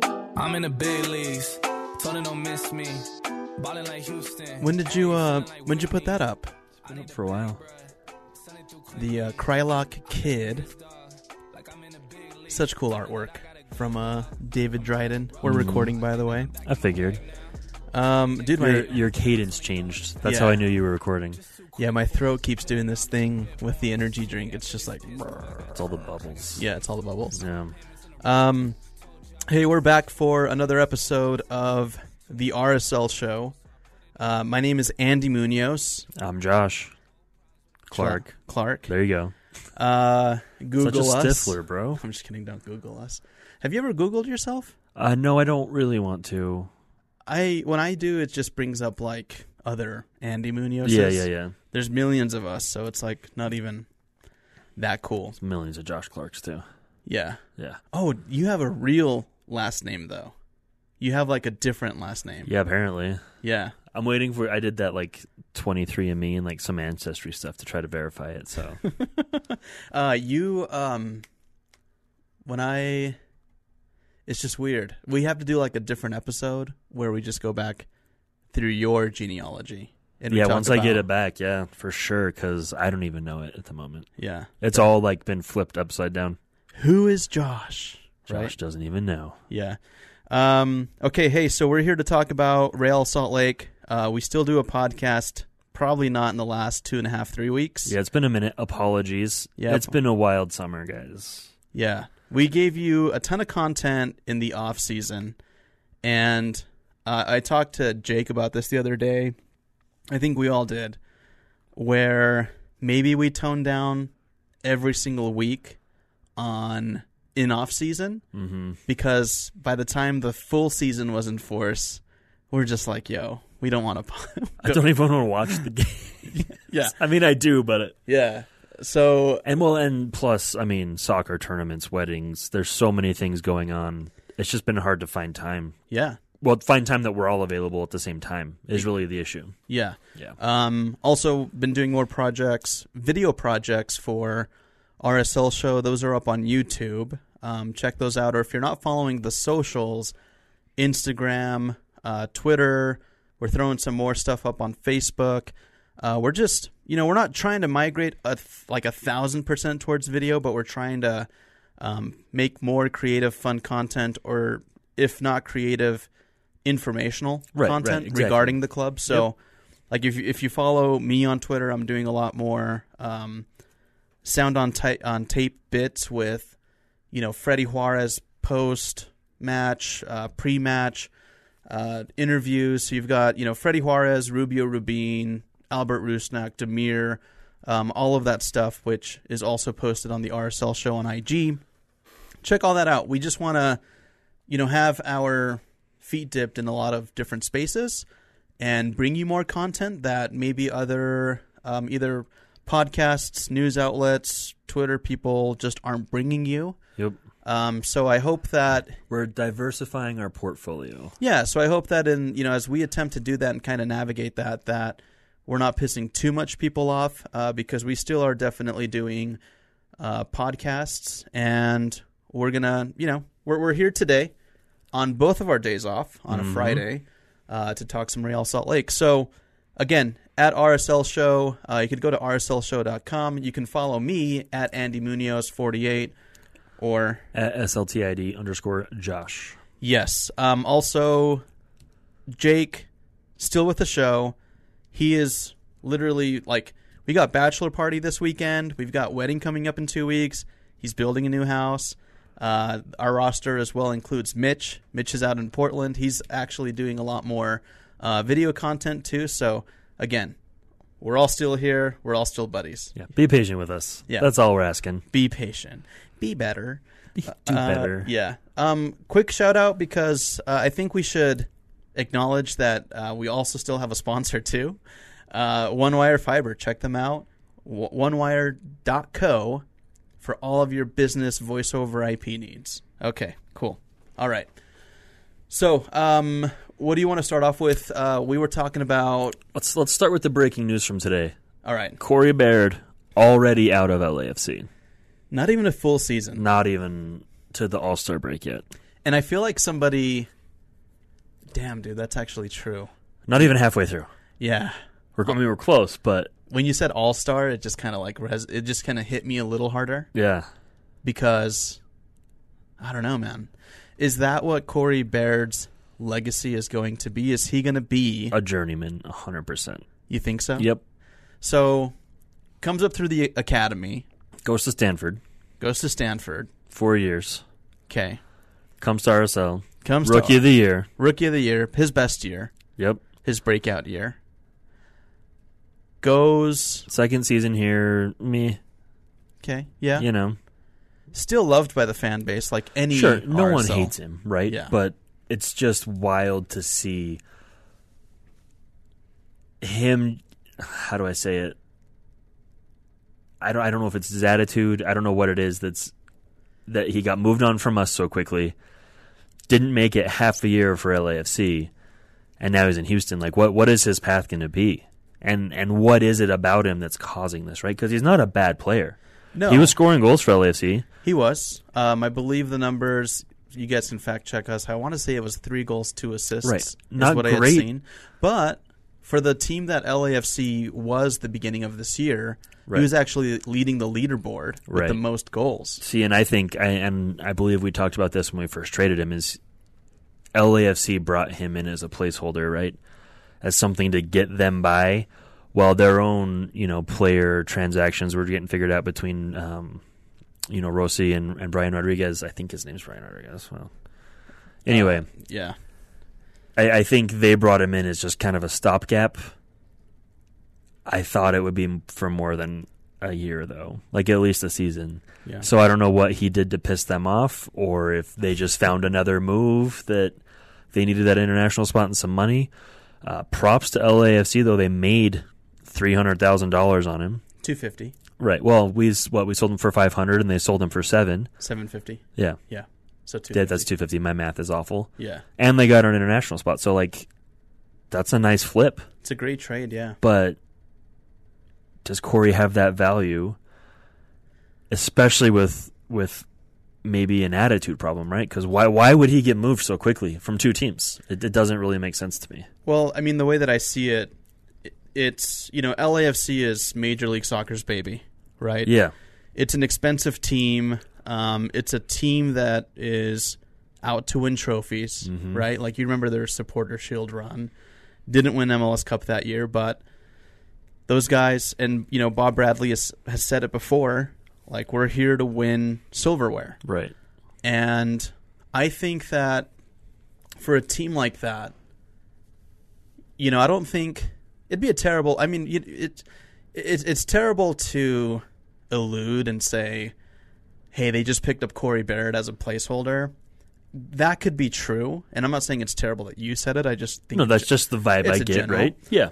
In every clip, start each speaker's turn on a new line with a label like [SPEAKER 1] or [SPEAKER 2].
[SPEAKER 1] the big leagues. Tony don't miss me. Ballin' like Houston.
[SPEAKER 2] When did you uh when did you put that up?
[SPEAKER 3] Been up for a while.
[SPEAKER 2] The uh, Krylock Kid. Such cool artwork from uh David Dryden. We're
[SPEAKER 3] Mhm.
[SPEAKER 2] recording by the way.
[SPEAKER 3] I figured
[SPEAKER 2] Um dude
[SPEAKER 3] your
[SPEAKER 2] my
[SPEAKER 3] your cadence changed. That's
[SPEAKER 2] Yeah.
[SPEAKER 3] how I knew you were recording.
[SPEAKER 2] yeah, my throat keeps doing this thing with the energy drink. It's just like
[SPEAKER 3] It's all the bubbles.
[SPEAKER 2] yeah, it's all the bubbles.
[SPEAKER 3] Yeah.
[SPEAKER 2] Um hey, we're back for another episode of the RSL show. Uh, my name is Andy Munoz
[SPEAKER 3] I'm Josh Clark.
[SPEAKER 2] Clark.
[SPEAKER 3] There you go.
[SPEAKER 2] Uh, Google
[SPEAKER 3] Such a
[SPEAKER 2] us.
[SPEAKER 3] stifler, bro.
[SPEAKER 2] I'm just kidding. Don't Google us. Have you ever Googled yourself?
[SPEAKER 3] Uh, no, I don't really want to.
[SPEAKER 2] I when I do, it just brings up like other Andy Munoz.
[SPEAKER 3] Yeah, yeah, yeah.
[SPEAKER 2] There's millions of us, so it's like not even that cool.
[SPEAKER 3] There's millions of Josh Clarks too.
[SPEAKER 2] Yeah.
[SPEAKER 3] Yeah.
[SPEAKER 2] Oh, you have a real last name though. You have like a different last name.
[SPEAKER 3] Yeah. Apparently,
[SPEAKER 2] Yeah.
[SPEAKER 3] I'm waiting for. I did that like 23andMe and like some ancestry stuff to try to verify it. So
[SPEAKER 2] Uh, you um, when I, it's just weird. We have to do like a different episode where we just go back through your genealogy. And we
[SPEAKER 3] yeah,
[SPEAKER 2] talk
[SPEAKER 3] once I
[SPEAKER 2] about-
[SPEAKER 3] get it back, yeah, for sure. Because I don't even know it at the moment.
[SPEAKER 2] Yeah.
[SPEAKER 3] It's all like been flipped upside down.
[SPEAKER 2] Who is Josh?
[SPEAKER 3] Josh doesn't even know.
[SPEAKER 2] Yeah. Um, okay. Hey, so we're here to talk about Rail Salt Lake. Uh, we still do a podcast, probably not in the last two and a half, three weeks.
[SPEAKER 3] Yeah, it's been a minute. Apologies.
[SPEAKER 2] Yeah.
[SPEAKER 3] it's been a wild summer, guys.
[SPEAKER 2] Yeah. We gave you a ton of content in the off season. And uh, I talked to Jake about this the other day. I think we all did. Where maybe we toned down every single week on in off season
[SPEAKER 3] Mm-hmm.
[SPEAKER 2] because by the time the full season was in force, we're just like, yo, we don't want to.
[SPEAKER 3] I don't even want to watch the game.
[SPEAKER 2] yeah.
[SPEAKER 3] I mean, I do, but it,
[SPEAKER 2] Yeah. So
[SPEAKER 3] and well, and plus, I mean, soccer tournaments, weddings. There's so many things going on. It's just been hard to find time.
[SPEAKER 2] yeah,
[SPEAKER 3] Well, find time that we're all available at the same time is really the issue.
[SPEAKER 2] yeah.
[SPEAKER 3] Yeah.
[SPEAKER 2] Um, also been doing more projects, video projects for RSL show. Those are up on YouTube. Um, check those out. Or if you're not following the socials, Instagram, uh, Twitter. We're throwing some more stuff up on Facebook. Uh, we're just, you know, we're not trying to migrate a th- like a thousand percent towards video, but we're trying to um, make more creative, fun content, or if not creative, informational
[SPEAKER 3] Right, right,
[SPEAKER 2] content
[SPEAKER 3] exactly.
[SPEAKER 2] regarding the club. So, like if you, if you follow me on Twitter, I'm doing a lot more um, sound on ta- on tape bits with you know, Freddie Juarez post match, uh, pre match uh, interviews. So you've got, you know, Freddie Juarez, Rubio Rubin, Albert Rusnak, Demir, um, all of that stuff, which is also posted on the RSL show on IG. Check all that out. We just want to, you know, have our feet dipped in a lot of different spaces and bring you more content that maybe other um, either podcasts, news outlets, Twitter people just aren't bringing you.
[SPEAKER 3] Yep.
[SPEAKER 2] Um, so I hope that
[SPEAKER 3] We're diversifying our portfolio.
[SPEAKER 2] yeah, so I hope that in you know as we attempt to do that and kind of navigate that that we're not pissing too much people off uh, because we still are definitely doing uh, podcasts and we're gonna you know we're we're here today on both of our days off on a Friday uh, to talk some Real Salt Lake. So again at RSL Show, uh, you could go to rslshow.com. You can follow me at Andy Munoz forty eight or
[SPEAKER 3] At SLTID underscore Josh.
[SPEAKER 2] Yes. Um, also, Jake, still with the show. He is literally like, we got bachelor party this weekend. We've got wedding coming up in two weeks. He's building a new house. Uh, our roster as well includes Mitch. Mitch is out in Portland. He's actually doing a lot more uh, video content too. So, again, we're all still here. We're all still buddies.
[SPEAKER 3] Yeah. Be patient with us.
[SPEAKER 2] Yeah.
[SPEAKER 3] That's all we're asking.
[SPEAKER 2] Be patient. Be better.
[SPEAKER 3] Do
[SPEAKER 2] Uh,
[SPEAKER 3] better.
[SPEAKER 2] yeah. Um, quick shout out because uh, I think we should acknowledge that uh, we also still have a sponsor too. Uh, One Wire Fiber. Check them out. W- OneWire.co for all of your business voice over IP needs. Okay, cool. All right. So, um, what do you want to start off with? Uh, we were talking about.
[SPEAKER 3] Let's let's start with the breaking news from today.
[SPEAKER 2] All right.
[SPEAKER 3] Corey Baird already out of LAFC.
[SPEAKER 2] Not even a full season.
[SPEAKER 3] Not even to the All Star break yet.
[SPEAKER 2] And I feel like somebody Damn, dude, that's actually true.
[SPEAKER 3] Not even halfway through.
[SPEAKER 2] Yeah.
[SPEAKER 3] We're, I mean, we're close, but
[SPEAKER 2] When you said all star, it just kind of like res- it just kind of hit me a little harder
[SPEAKER 3] yeah,
[SPEAKER 2] because I don't know, man. Is that what Corey Baird's legacy is going to be? Is he going to be?
[SPEAKER 3] a journeyman, hundred percent.
[SPEAKER 2] You think so?
[SPEAKER 3] Yep,
[SPEAKER 2] So comes up through the academy,
[SPEAKER 3] goes to Stanford,
[SPEAKER 2] goes to Stanford.
[SPEAKER 3] four years,
[SPEAKER 2] Okay.
[SPEAKER 3] comes to RSL,
[SPEAKER 2] Comes
[SPEAKER 3] rookie
[SPEAKER 2] to
[SPEAKER 3] of the year.
[SPEAKER 2] rookie of the year, his best year,
[SPEAKER 3] Yep,
[SPEAKER 2] his breakout year. Goes
[SPEAKER 3] second season here. Me,
[SPEAKER 2] okay, yeah.
[SPEAKER 3] you know,
[SPEAKER 2] Still loved by the fan base, like any.
[SPEAKER 3] sure, no one
[SPEAKER 2] RSL.
[SPEAKER 3] hates him, right?
[SPEAKER 2] Yeah.
[SPEAKER 3] But it's just wild to see him. How do I say it? I don't. I don't know if it's his attitude. I don't know what it is that's that he got moved on from us so quickly. Didn't make it half a year for LAFC, and now he's in Houston. Like, what? What is his path going to be? And and what is it about him that's causing this? Right? Because he's not a bad player.
[SPEAKER 2] No,
[SPEAKER 3] He was scoring goals for LAFC.
[SPEAKER 2] He was. Um, I believe the numbers. You guys can fact check us. I want to say it was three goals, two assists.
[SPEAKER 3] Right.
[SPEAKER 2] is
[SPEAKER 3] Not
[SPEAKER 2] what I had
[SPEAKER 3] great.
[SPEAKER 2] seen. But for the team that LAFC was the beginning of this year,
[SPEAKER 3] Right.
[SPEAKER 2] he was actually leading the leaderboard with
[SPEAKER 3] Right.
[SPEAKER 2] the most goals.
[SPEAKER 3] See, and I think, I, and I believe we talked about this when we first traded him, is LAFC brought him in as a placeholder, right? As something to get them by while their own, you know, player transactions were getting figured out between, um, you know, Rossi and, and Brian Rodriguez. I think his name's Brian Rodriguez. Well, anyway,
[SPEAKER 2] Yeah.
[SPEAKER 3] I, I think they brought him in as just kind of a stopgap. I thought it would be for more than a year, though, like at least a season.
[SPEAKER 2] Yeah.
[SPEAKER 3] So I don't know what he did to piss them off, or if they just found another move that they needed that international spot and some money. Uh, props to LAFC though; they made three hundred thousand dollars on him.
[SPEAKER 2] two fifty,
[SPEAKER 3] Right. Well, we s- what we sold him for five hundred, and they sold him for seven.
[SPEAKER 2] seven fifty.
[SPEAKER 3] Yeah,
[SPEAKER 2] Yeah. So two.
[SPEAKER 3] Yeah, that's two fifty. My math is awful.
[SPEAKER 2] Yeah.
[SPEAKER 3] And they got an international spot, so like, that's a nice flip.
[SPEAKER 2] It's a great trade. Yeah.
[SPEAKER 3] but does Corey have that value? Especially with with maybe an attitude problem, right? Because why why would he get moved so quickly from two teams? It, it doesn't really make sense to me.
[SPEAKER 2] Well, I mean, the way that I see it, i- it's you know LAFC is Major League Soccer's baby, right?
[SPEAKER 3] Yeah,
[SPEAKER 2] it's an expensive team. Um, it's a team that is out to win trophies, right? Like you remember their supporter shield run. Didn't win MLS Cup that year, but those guys and you know Bob Bradley has, has said it before, like we're here to win silverware.
[SPEAKER 3] right.
[SPEAKER 2] And I think that for a team like that, you know, I don't think it'd be a terrible. I mean, it, it, it it's terrible to elude and say, "Hey, they just picked up Corey Barrett as a placeholder." That could be true, and I'm not saying it's terrible that you said it. I just think
[SPEAKER 3] No,
[SPEAKER 2] it's
[SPEAKER 3] that's just the vibe
[SPEAKER 2] It's
[SPEAKER 3] I
[SPEAKER 2] a
[SPEAKER 3] get,
[SPEAKER 2] general.
[SPEAKER 3] right? Yeah,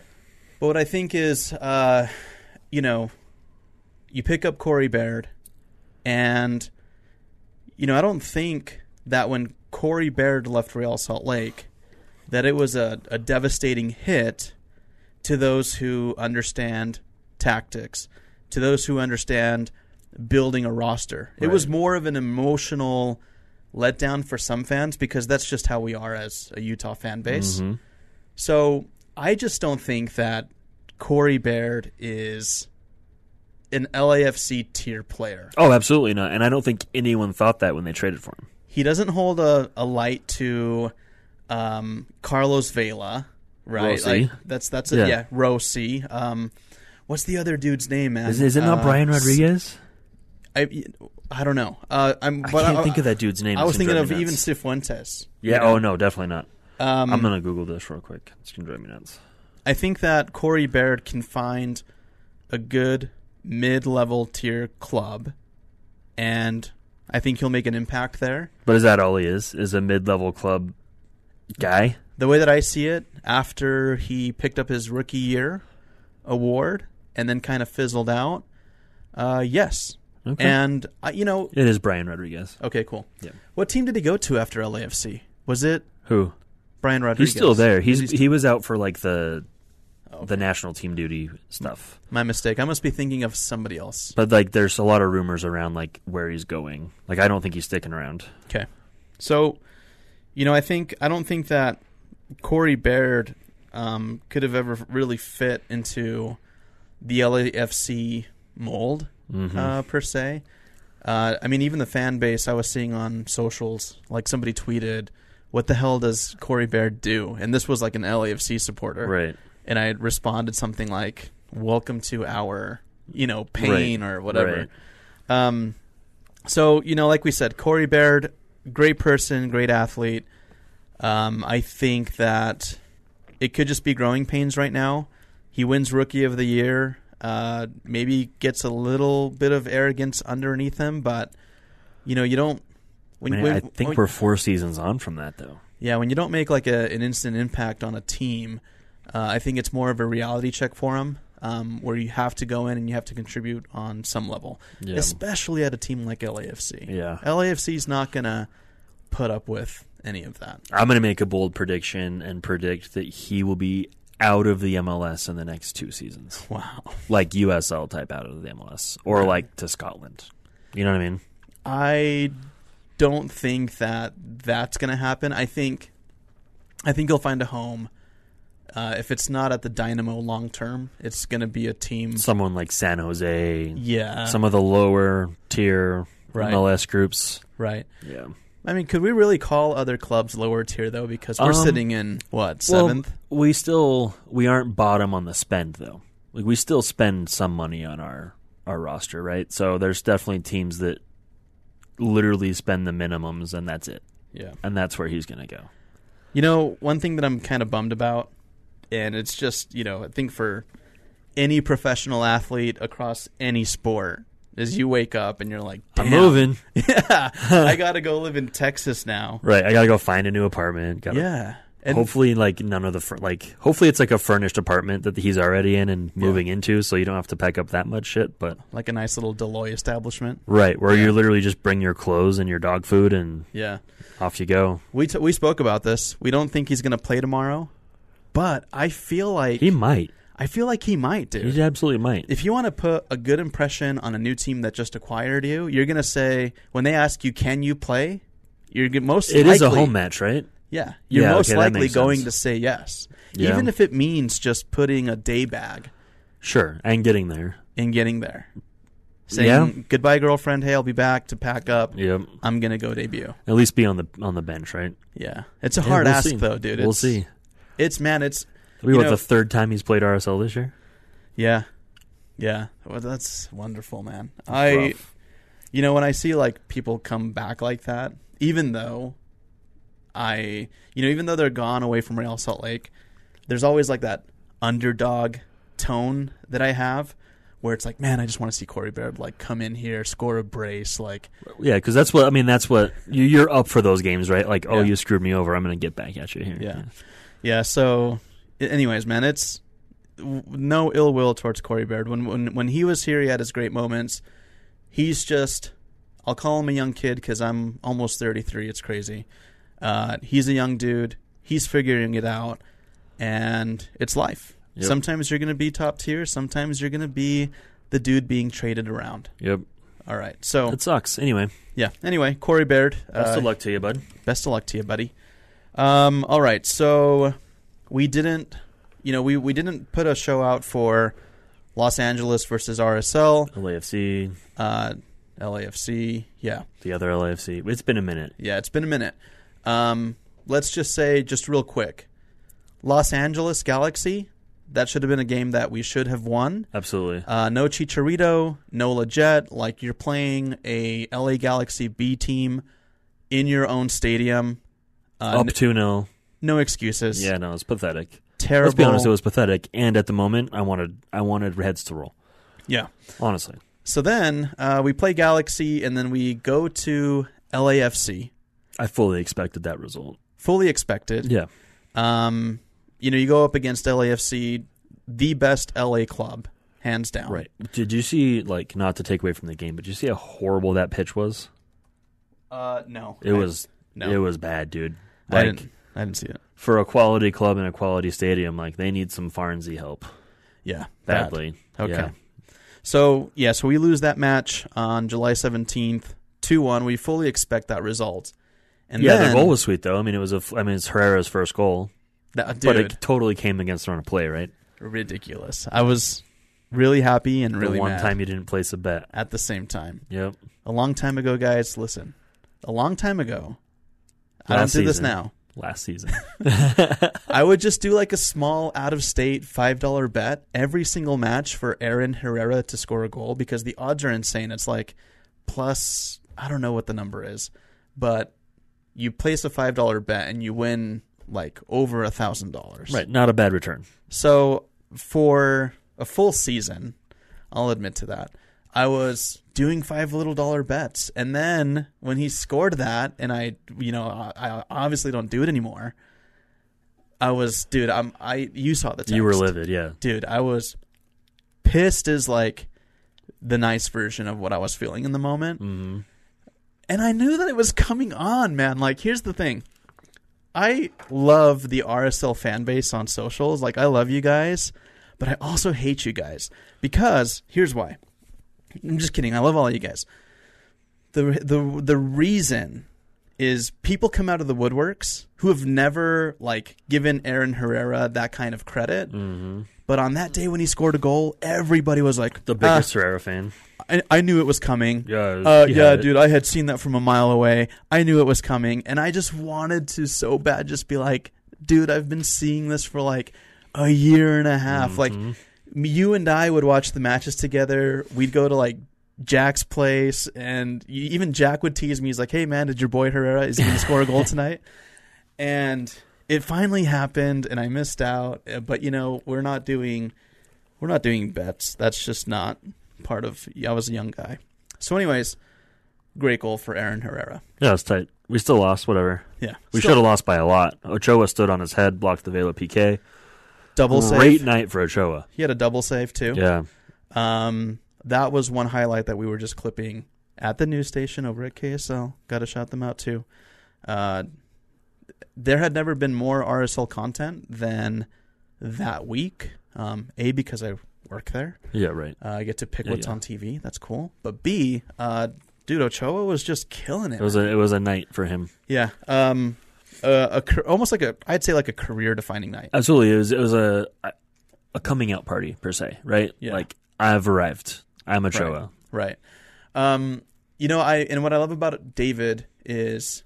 [SPEAKER 2] but what I think is, uh, you know, you pick up Corey Baird, and you know, I don't think that when Corey Baird left Real Salt Lake, that it was a, a devastating hit to those who understand tactics, to those who understand building a roster. It was
[SPEAKER 3] Right.
[SPEAKER 2] more of an emotional letdown for some fans because that's just how we are as a Utah fan base. So I just don't think that Corey Baird is an LAFC tier player.
[SPEAKER 3] Oh, absolutely not. And I don't think anyone thought that when they traded for him.
[SPEAKER 2] He doesn't hold a, a light to um, Carlos Vela, right?
[SPEAKER 3] Rossi.
[SPEAKER 2] Like, that's that's a, yeah.
[SPEAKER 3] Yeah.
[SPEAKER 2] Rossi. Um, what's the other dude's name, man?
[SPEAKER 3] Is, is it not
[SPEAKER 2] Uh,
[SPEAKER 3] Brian Rodriguez?
[SPEAKER 2] I, I don't know. Uh, I'm,
[SPEAKER 3] I
[SPEAKER 2] but
[SPEAKER 3] can't think of that dude's name.
[SPEAKER 2] I
[SPEAKER 3] It's
[SPEAKER 2] was
[SPEAKER 3] gonna
[SPEAKER 2] thinking
[SPEAKER 3] drive
[SPEAKER 2] of
[SPEAKER 3] me
[SPEAKER 2] even
[SPEAKER 3] nuts.
[SPEAKER 2] Cifuentes.
[SPEAKER 3] Yeah.
[SPEAKER 2] you know?
[SPEAKER 3] Oh no, definitely not.
[SPEAKER 2] Um,
[SPEAKER 3] I'm gonna Google this real quick. It's gonna drive me nuts.
[SPEAKER 2] I think that Corey Baird can find a good mid-level tier club, and I think he'll make an impact there.
[SPEAKER 3] But is that all he is? Is a mid-level club guy?
[SPEAKER 2] The way that I see it, after he picked up his rookie year award and then kind of fizzled out, uh, yes.
[SPEAKER 3] Okay.
[SPEAKER 2] And I, you know,
[SPEAKER 3] It is Brian Rodriguez.
[SPEAKER 2] okay, cool.
[SPEAKER 3] Yeah.
[SPEAKER 2] What team did he go to after LAFC? Was it
[SPEAKER 3] Who?
[SPEAKER 2] Brian Rodriguez? Oh,
[SPEAKER 3] He's still there. He's,
[SPEAKER 2] Is he-
[SPEAKER 3] he was out for like the the national team duty stuff.
[SPEAKER 2] my mistake. I must be thinking of somebody else.
[SPEAKER 3] But like there's a lot of rumors around like where he's going. Like I don't think he's sticking around.
[SPEAKER 2] Okay. So, you know, I think I don't think that Corey Baird um, could have ever really fit into the LAFC mold
[SPEAKER 3] Mhm.
[SPEAKER 2] uh, per se. Uh, I mean, even the fan base I was seeing on socials, like somebody tweeted, "What the hell does Corey Baird do?" And this was like an LAFC supporter,
[SPEAKER 3] right.
[SPEAKER 2] and I had responded something like, "Welcome to our, you know, pain or whatever." Um, so you know, like we said, Corey Baird, great person, great athlete. Um, I think that it could just be growing pains right now. He wins Rookie of the Year. Uh, maybe gets a little bit of arrogance underneath him, but you know, you don't. When,
[SPEAKER 3] Man,
[SPEAKER 2] when-
[SPEAKER 3] I think
[SPEAKER 2] when-
[SPEAKER 3] we're four seasons on from that, though.
[SPEAKER 2] yeah, when you don't make like a, an instant impact on a team, uh, I think it's more of a reality check for him, um, where you have to go in and you have to contribute on some level,
[SPEAKER 3] Yeah.
[SPEAKER 2] especially at a team like LAFC.
[SPEAKER 3] Yeah.
[SPEAKER 2] LAFC's not gonna put up with any of that.
[SPEAKER 3] I'm going to make a bold prediction and predict that he will be out of the MLS in the next two seasons,
[SPEAKER 2] Wow,
[SPEAKER 3] like USL type out of the MLS, or
[SPEAKER 2] Okay.
[SPEAKER 3] like to Scotland. You know what I mean?
[SPEAKER 2] I don't think that that's gonna happen. I think, I think he'll find a home. Uh, if it's not at the Dynamo long term, it's gonna be a team.
[SPEAKER 3] Someone like San Jose,
[SPEAKER 2] Yeah,
[SPEAKER 3] some of the lower tier
[SPEAKER 2] Uh-huh. Right.
[SPEAKER 3] MLS groups.
[SPEAKER 2] right.
[SPEAKER 3] Yeah.
[SPEAKER 2] I mean, could we really call other clubs lower tier though? Because we're
[SPEAKER 3] Um,
[SPEAKER 2] sitting in what seventh?
[SPEAKER 3] Well, we still we aren't bottom on the spend though. Like we still spend some money on our our roster, right? So there's definitely teams that literally spend the minimums and that's it.
[SPEAKER 2] yeah.
[SPEAKER 3] And that's where he's going to go.
[SPEAKER 2] You know, one thing that I'm kind of bummed about, and it's just you know, I think for any professional athlete across any sport, is you wake up and you're like,
[SPEAKER 3] I'm
[SPEAKER 2] "Damn,
[SPEAKER 3] moving.
[SPEAKER 2] Yeah, I gotta go live in Texas now.
[SPEAKER 3] Right. I got to go find a new apartment. Gotta,
[SPEAKER 2] Yeah, and
[SPEAKER 3] hopefully like none of the fur- like hopefully it's like a furnished apartment that he's already in and moving into so you don't have to pack up that much shit, but
[SPEAKER 2] like a nice little Deloy establishment.
[SPEAKER 3] right, where you literally just bring your clothes and your dog food and
[SPEAKER 2] Yeah,
[SPEAKER 3] off you go.
[SPEAKER 2] we t- we spoke about this. We don't think he's gonna play tomorrow, but I feel like
[SPEAKER 3] He might.
[SPEAKER 2] I feel like he might, dude.
[SPEAKER 3] He absolutely might.
[SPEAKER 2] if you want to put a good impression on a new team that just acquired you, you're going to say when they ask you, "Can you play?" You're g- most
[SPEAKER 3] It
[SPEAKER 2] likely,
[SPEAKER 3] is a home match, right?
[SPEAKER 2] Yeah, you're
[SPEAKER 3] Yeah,
[SPEAKER 2] most
[SPEAKER 3] okay, that
[SPEAKER 2] likely
[SPEAKER 3] makes
[SPEAKER 2] going
[SPEAKER 3] sense.
[SPEAKER 2] to say yes,
[SPEAKER 3] Yeah.
[SPEAKER 2] even if it means just putting a day bag
[SPEAKER 3] Sure, and getting there.
[SPEAKER 2] and getting there, saying
[SPEAKER 3] Yeah.
[SPEAKER 2] goodbye, girlfriend. Hey, I'll be back to pack up.
[SPEAKER 3] Yep.
[SPEAKER 2] I'm gonna go debut.
[SPEAKER 3] At least be on the on the bench, right?
[SPEAKER 2] Yeah, it's a
[SPEAKER 3] Yeah,
[SPEAKER 2] hard
[SPEAKER 3] we'll
[SPEAKER 2] ask
[SPEAKER 3] see.
[SPEAKER 2] though, dude.
[SPEAKER 3] We'll
[SPEAKER 2] it's,
[SPEAKER 3] see.
[SPEAKER 2] It's man, it's
[SPEAKER 3] We
[SPEAKER 2] you
[SPEAKER 3] what
[SPEAKER 2] know-
[SPEAKER 3] the third time he's played RSL this year.
[SPEAKER 2] yeah, yeah. Well, that's wonderful, man. I.
[SPEAKER 3] Rough.
[SPEAKER 2] You know, when I see like people come back like that, even though I, you know, even though they're gone away from Real Salt Lake, there's always like that underdog tone that I have where it's like, man, I just want to see Corey Baird like come in here, score a brace. Like,
[SPEAKER 3] yeah, because that's what I mean. That's what you- you're up for those games, right? Like, oh,
[SPEAKER 2] Yeah.
[SPEAKER 3] you screwed me over. I'm gonna get back at you here.
[SPEAKER 2] Yeah. yeah. So, a- anyways, man, it's w- no ill will towards Corey Baird. When when when he was here, he had his great moments. He's just, I'll call him a young kid because I'm almost 33. It's crazy. Uh, he's a young dude. He's figuring it out, and it's life.
[SPEAKER 3] Yep.
[SPEAKER 2] Sometimes you're going to be top tier. Sometimes you're going to be the dude being traded around.
[SPEAKER 3] Yep.
[SPEAKER 2] All right. So
[SPEAKER 3] It sucks. Anyway,
[SPEAKER 2] yeah. Anyway, Corey Baird.
[SPEAKER 3] best
[SPEAKER 2] Oh. uh,
[SPEAKER 3] of luck to you, bud.
[SPEAKER 2] Best of luck to you, buddy. Um, all right, so we didn't, you know, we, we didn't put a show out for Los Angeles versus RSL,
[SPEAKER 3] LAFC,
[SPEAKER 2] uh, LAFC. Yeah,
[SPEAKER 3] the other LAFC. It's been a minute.
[SPEAKER 2] yeah, it's been a minute. Um, let's just say, just real quick, Los Angeles Galaxy. That should have been a game that we should have won.
[SPEAKER 3] Absolutely.
[SPEAKER 2] Uh, no Chicharito, no Leggett. Like you're playing a LA Galaxy B team in your own stadium. Uh,
[SPEAKER 3] up two 0
[SPEAKER 2] no excuses.
[SPEAKER 3] Yeah, no, it's pathetic.
[SPEAKER 2] terrible.
[SPEAKER 3] Let's be honest, it was pathetic. And at the moment, I wanted I wanted heads to roll.
[SPEAKER 2] yeah.
[SPEAKER 3] Honestly,
[SPEAKER 2] So then uh, we play Galaxy, and then we go to LAFC.
[SPEAKER 3] I fully expected that result.
[SPEAKER 2] Fully expected.
[SPEAKER 3] Yeah.
[SPEAKER 2] Um, you know, you go up against LAFC, the best LA club, hands down.
[SPEAKER 3] Right. Um, Did you see like not to take away from the game, but did you see how horrible that pitch was?
[SPEAKER 2] Uh, no,
[SPEAKER 3] It
[SPEAKER 2] I-
[SPEAKER 3] was
[SPEAKER 2] no.
[SPEAKER 3] it was bad, dude.
[SPEAKER 2] I
[SPEAKER 3] Like
[SPEAKER 2] didn't. I didn't see it.
[SPEAKER 3] for a quality club and a quality stadium, like they need some Farnsey help
[SPEAKER 2] Yeah. bad.
[SPEAKER 3] badly.
[SPEAKER 2] Okay.
[SPEAKER 3] Yeah.
[SPEAKER 2] So yeah, so we lose that match on July seventeenth, two one. We fully expect that result. And
[SPEAKER 3] yeah,
[SPEAKER 2] then,
[SPEAKER 3] the goal was sweet though. I mean, it was a f- I mean, it's Herrera's first goal.
[SPEAKER 2] Nah, dude,
[SPEAKER 3] But it totally came against her on a play, right?
[SPEAKER 2] ridiculous. I was really happy and really
[SPEAKER 3] the one
[SPEAKER 2] mad
[SPEAKER 3] time you didn't place a bet.
[SPEAKER 2] at the same time.
[SPEAKER 3] Yep.
[SPEAKER 2] A long time ago, guys. Listen, a long time ago. I don't
[SPEAKER 3] Last
[SPEAKER 2] do this
[SPEAKER 3] season.
[SPEAKER 2] now.
[SPEAKER 3] Last season.
[SPEAKER 2] I would just do like a small out of state five dollar bet every single match for Aaron Herrera to score a goal because the odds are insane. It's like plus I don't know what the number is, but you place a five dollar bet and you win like over a thousand dollars.
[SPEAKER 3] right. Not a bad return.
[SPEAKER 2] So for a full season, I'll admit to that. I was doing five little dollar bets, and then when he scored that, and I, you know, I, I obviously don't do it anymore. I was, dude. I'm. I you saw the text.
[SPEAKER 3] You were livid, yeah.
[SPEAKER 2] dude. I was pissed. Is like the nice version of what I was feeling in the moment
[SPEAKER 3] Mm-hmm.
[SPEAKER 2] and I knew that it was coming on, man. Like, here's the thing. I love the RSL fan base on socials. Like, I love you guys, but I also hate you guys because here's why. I'm just kidding. I love all you guys. The the the reason is people come out of the woodworks who have never like given Aaron Herrera that kind of credit.
[SPEAKER 3] Mm-hmm.
[SPEAKER 2] But on that day when he scored a goal, everybody was like,
[SPEAKER 3] The
[SPEAKER 2] "Ah,
[SPEAKER 3] biggest Herrera fan.
[SPEAKER 2] I, I knew it was coming.
[SPEAKER 3] Yeah,
[SPEAKER 2] Uh,
[SPEAKER 3] he
[SPEAKER 2] yeah,
[SPEAKER 3] had it.
[SPEAKER 2] dude, I had seen that from a mile away. I knew it was coming, and I just wanted to so bad just be like, dude, I've been seeing this for like a year and a half. Like,
[SPEAKER 3] Mm-hmm.
[SPEAKER 2] m- you and I would watch the matches together. We'd go to like Jack's place, and y- even Jack would tease me. He's like, hey, man, did your boy Herrera, is he going to score a goal tonight? And it finally happened, and I missed out. Uh, But, you know, we're not doing. We're not doing bets. That's just not part of. I was a young guy. So, anyways, great goal for Aaron Herrera.
[SPEAKER 3] Yeah, it was tight. We still lost, whatever.
[SPEAKER 2] Yeah,
[SPEAKER 3] We
[SPEAKER 2] Still
[SPEAKER 3] should have lost by a lot. Ochoa stood on his head, blocked the Vela PK.
[SPEAKER 2] double
[SPEAKER 3] Great
[SPEAKER 2] save.
[SPEAKER 3] night for Ochoa.
[SPEAKER 2] He had a double save too.
[SPEAKER 3] Yeah.
[SPEAKER 2] Um, that was one highlight that we were just clipping at the news station over at KSL. Got to shout them out too. Uh, there had never been more RSL content than that week. Um, a because I work there.
[SPEAKER 3] Yeah, right.
[SPEAKER 2] Uh, I get to pick
[SPEAKER 3] Yeah,
[SPEAKER 2] what's
[SPEAKER 3] yeah.
[SPEAKER 2] on TV. That's cool. But B, uh, dude, Ochoa was just killing it.
[SPEAKER 3] It was a it was a night for him.
[SPEAKER 2] yeah. Um, uh, a car- almost like a I'd say like a career defining night.
[SPEAKER 3] Absolutely. It was it was a a coming out party per se, right?
[SPEAKER 2] Yeah.
[SPEAKER 3] Like I've arrived. I'm Ochoa.
[SPEAKER 2] Right. Um, you know, I and what I love about David is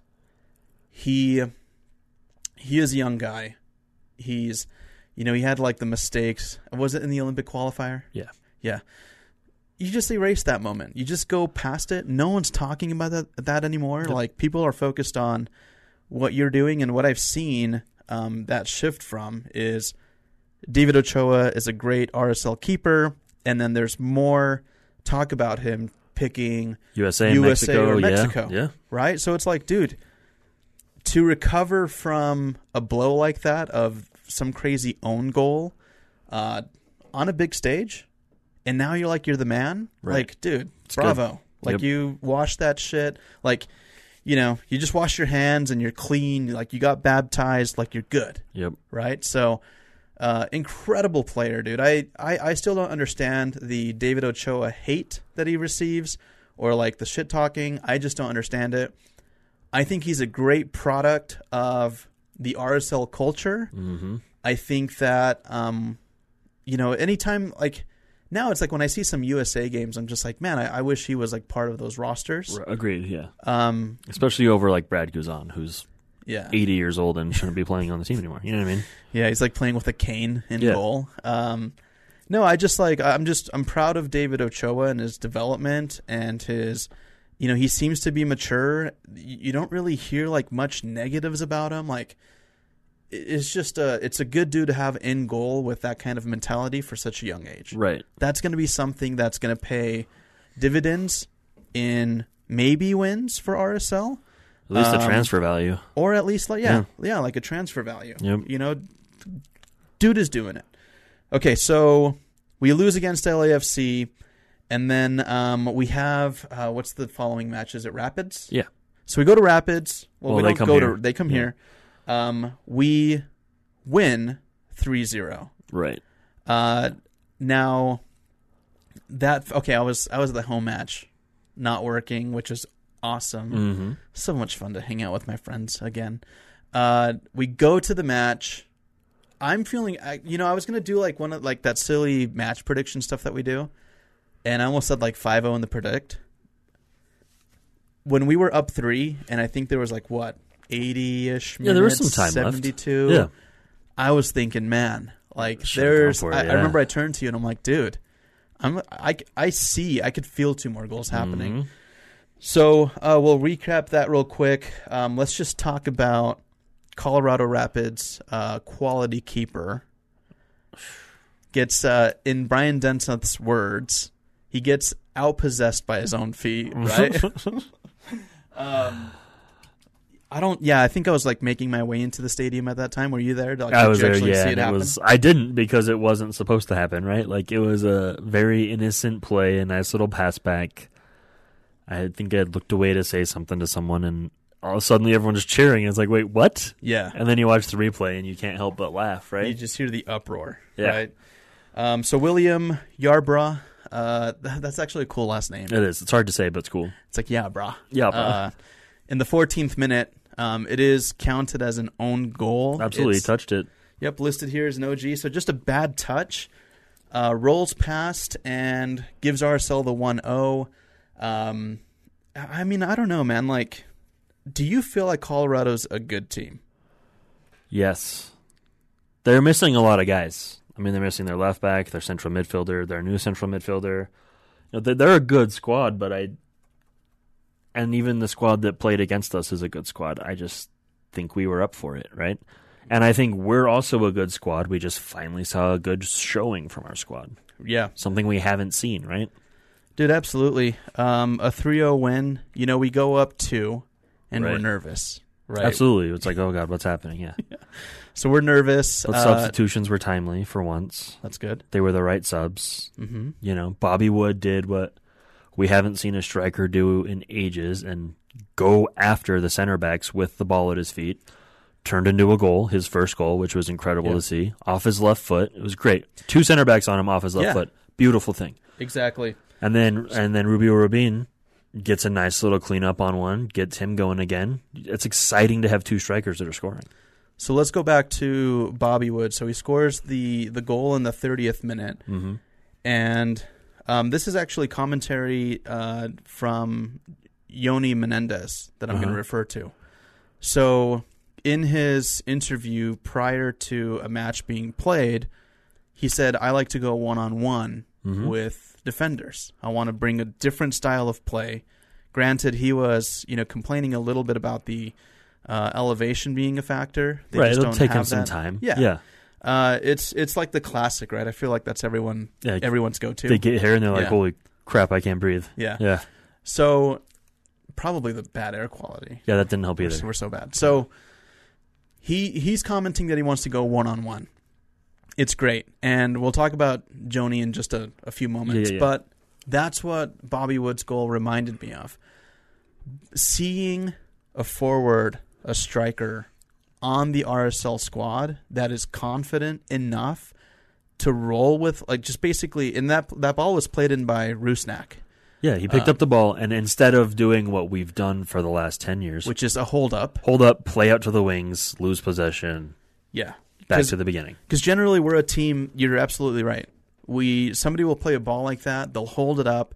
[SPEAKER 2] he he is a young guy. He's you know, he had like the mistakes. Was it in the Olympic qualifier?
[SPEAKER 3] Yeah.
[SPEAKER 2] Yeah. You just erase that moment. You just go past it. No one's talking about that, that anymore.
[SPEAKER 3] Yep.
[SPEAKER 2] Like people are focused on what you're doing and what I've seen um, that shift from is David Ochoa is a great RSL keeper, and then there's more talk about him picking
[SPEAKER 3] USA, and
[SPEAKER 2] USA
[SPEAKER 3] Mexico,
[SPEAKER 2] or
[SPEAKER 3] yeah,
[SPEAKER 2] Mexico.
[SPEAKER 3] yeah.
[SPEAKER 2] right? So it's like, dude, to recover from a blow like that of some crazy own goal uh, on a big stage, and now you're like you're the man.
[SPEAKER 3] Right.
[SPEAKER 2] Like, dude,
[SPEAKER 3] good.
[SPEAKER 2] bravo! Like
[SPEAKER 3] Yep.
[SPEAKER 2] you wash that shit. Like, you know, you just wash your hands and you're clean. Like you got baptized. Like you're good
[SPEAKER 3] Yep.
[SPEAKER 2] right? So, uh, incredible player, dude. I, I, I still don't understand the David Ochoa hate that he receives or like the shit talking. I just don't understand it. I think he's a great product of the RSL culture.
[SPEAKER 3] Mm-hmm.
[SPEAKER 2] I think that, um, you know, anytime like now it's like when I see some USA games, I'm just like, man, I, I wish he was like part of those rosters.
[SPEAKER 3] Agreed, yeah.
[SPEAKER 2] Um,
[SPEAKER 3] Especially over like Brad Guzan, who's
[SPEAKER 2] yeah.
[SPEAKER 3] 80 years old and shouldn't be playing on the team anymore. You know what I mean?
[SPEAKER 2] Yeah, he's like playing with a cane in
[SPEAKER 3] Yeah.
[SPEAKER 2] goal. Um, no, I just like I'm just I'm proud of David Ochoa and his development and his, you know, he seems to be mature. You you don't really hear like much negatives about him. Like, it- it's just a it's a good dude to have in goal with that kind of mentality for such a young age
[SPEAKER 3] Right.
[SPEAKER 2] that's going to be something that's going to pay dividends in maybe wins for RSL
[SPEAKER 3] At least the
[SPEAKER 2] Um,
[SPEAKER 3] transfer value.
[SPEAKER 2] or at least like yeah, yeah, like a transfer value.
[SPEAKER 3] Yep.
[SPEAKER 2] You know, dude is doing it. Okay, so we lose against LAFC, and then um, we have uh, what's the following match? Is it Rapids?
[SPEAKER 3] Yeah.
[SPEAKER 2] So we go to Rapids. Well,
[SPEAKER 3] Well,
[SPEAKER 2] we
[SPEAKER 3] they
[SPEAKER 2] don't
[SPEAKER 3] come
[SPEAKER 2] go
[SPEAKER 3] here.
[SPEAKER 2] to. They come
[SPEAKER 3] Yeah.
[SPEAKER 2] here. Um, we win 3-0.
[SPEAKER 3] Right.
[SPEAKER 2] Uh, now that okay, I was I was at the home match, not working, which is awesome
[SPEAKER 3] Mm-hmm.
[SPEAKER 2] so much fun to hang out with my friends again. Uh, we go to the match. I'm feeling, I, you know, I was gonna do like one of like that silly match prediction stuff that we do, and I almost said like 5-0 in the predict. When we were up three, and I think there was like what eighty ish.
[SPEAKER 3] Yeah, there was some time left.
[SPEAKER 2] Seventy two.
[SPEAKER 3] Yeah.
[SPEAKER 2] I was thinking, man, like
[SPEAKER 3] Should've gone
[SPEAKER 2] there's.
[SPEAKER 3] for it,
[SPEAKER 2] I, I
[SPEAKER 3] yeah.
[SPEAKER 2] remember I turned to you and I'm like, dude, I'm I, I see I could feel two more goals happening.
[SPEAKER 3] Mhm.
[SPEAKER 2] So uh, we'll recap that real quick. Um, let's just talk about Colorado Rapids uh, quality keeper gets uh, in Brian Denseth's words, he gets outpossessed by his own feet. Right. um, I don't. Yeah, I think I was like making my way into the stadium at that time. Were you there? Like,
[SPEAKER 3] I
[SPEAKER 2] did
[SPEAKER 3] was
[SPEAKER 2] you
[SPEAKER 3] there,
[SPEAKER 2] actually
[SPEAKER 3] yeah.
[SPEAKER 2] see it
[SPEAKER 3] and it
[SPEAKER 2] happen?
[SPEAKER 3] was I didn't because it wasn't supposed to happen, right? Like it was a very innocent play, a nice little pass back. I think I had looked away to say something to someone, and all of a sudden everyone's cheering. It's like, wait, what?
[SPEAKER 2] yeah.
[SPEAKER 3] And then you watch the replay, and you can't help but laugh,
[SPEAKER 2] You
[SPEAKER 3] right?
[SPEAKER 2] just hear the uproar,
[SPEAKER 3] Yeah.
[SPEAKER 2] right? Um, so William Yarbrough, uh, th- that's actually a cool last name.
[SPEAKER 3] It is. It's hard to say, but it's cool.
[SPEAKER 2] It's like yeah, brah.
[SPEAKER 3] Yeah, bro.
[SPEAKER 2] Uh, in the 14th minute, um, it is counted as an own goal.
[SPEAKER 3] Absolutely
[SPEAKER 2] It's-
[SPEAKER 3] touched it.
[SPEAKER 2] Yep, listed here as an OG. So just a bad touch. Uh, rolls past and gives RSL the 1 0. Um, I I mean, I don't know, man. Like, do you feel like Colorado's a good team?
[SPEAKER 3] Yes. They're missing a lot of guys. I mean, they're missing their left back, their central midfielder, their new central midfielder. You know, they- they're a good squad, but I. And even the squad that played against us is a good squad. I just think we were up for it, right? And I think we're also a good squad. We just finally saw a good showing from our squad,
[SPEAKER 2] Yeah.
[SPEAKER 3] something we haven't seen, right?
[SPEAKER 2] Dude, absolutely. Um, a 3 0 win. You know, we go up two and we're
[SPEAKER 3] Right.
[SPEAKER 2] nervous. Right.
[SPEAKER 3] Absolutely. It's like, oh God, what's happening? Yeah.
[SPEAKER 2] So we're nervous.
[SPEAKER 3] But
[SPEAKER 2] Uh,
[SPEAKER 3] substitutions were timely for once.
[SPEAKER 2] that's good.
[SPEAKER 3] They were the right subs.
[SPEAKER 2] hmm
[SPEAKER 3] You know, Bobby Wood did what we haven't seen a striker do in ages and go after the center backs with the ball at his feet. Turned into a goal, his first goal, which was incredible
[SPEAKER 2] Yeah.
[SPEAKER 3] to see. Off his left foot. It was great. Two center backs on him off his left
[SPEAKER 2] Yeah.
[SPEAKER 3] foot. Beautiful thing.
[SPEAKER 2] Exactly.
[SPEAKER 3] And then and then Rubio Rubin gets a nice little cleanup on one, gets him going again. It's exciting to have two strikers that are scoring.
[SPEAKER 2] So let's go back to Bobby Wood. So he scores the the goal in the 30th minute,
[SPEAKER 3] Mm-hmm.
[SPEAKER 2] and um, this is actually commentary uh, from Yoni Menendez that I'm going
[SPEAKER 3] Uh-huh.
[SPEAKER 2] to refer to. So in his interview prior to a match being played, he said, "I like to go one on one
[SPEAKER 3] Mhm.
[SPEAKER 2] with defenders. I want to bring a different style of play." Granted, he was you know complaining a little bit about the uh, elevation being a factor. They
[SPEAKER 3] Right,
[SPEAKER 2] just
[SPEAKER 3] it'll
[SPEAKER 2] don't
[SPEAKER 3] take
[SPEAKER 2] have
[SPEAKER 3] him some
[SPEAKER 2] that.
[SPEAKER 3] time.
[SPEAKER 2] Yeah.
[SPEAKER 3] Yeah.
[SPEAKER 2] Uh, it's it's like the classic, right? I feel like that's everyone
[SPEAKER 3] yeah.
[SPEAKER 2] everyone's go
[SPEAKER 3] They
[SPEAKER 2] to.
[SPEAKER 3] get here and they're like,
[SPEAKER 2] Yeah.
[SPEAKER 3] Holy crap, I can't breathe.
[SPEAKER 2] Yeah.
[SPEAKER 3] Yeah.
[SPEAKER 2] So probably the bad air quality.
[SPEAKER 3] Yeah, that didn't help
[SPEAKER 2] We're,
[SPEAKER 3] either.
[SPEAKER 2] we're so bad. So he he's commenting that he wants to go one on one. It's great, and we'll talk about Joni in just a, a few moments.
[SPEAKER 3] Yeah, yeah, yeah.
[SPEAKER 2] But that's what Bobby Wood's goal reminded me of: seeing a forward, a striker, on the RSL squad that is confident enough to roll with, like just basically. And that that ball was played in by Rusnak,
[SPEAKER 3] Yeah, he
[SPEAKER 2] Uh,
[SPEAKER 3] picked up the ball, and instead of doing what we've done for the last 10 years,
[SPEAKER 2] which is a hold up.
[SPEAKER 3] hold up, play out to the wings, lose possession,
[SPEAKER 2] Yeah,
[SPEAKER 3] back
[SPEAKER 2] 'Cause-
[SPEAKER 3] to the beginning.
[SPEAKER 2] Because generally, we're a team. You're absolutely right. We somebody will play a ball like that. They'll hold it up,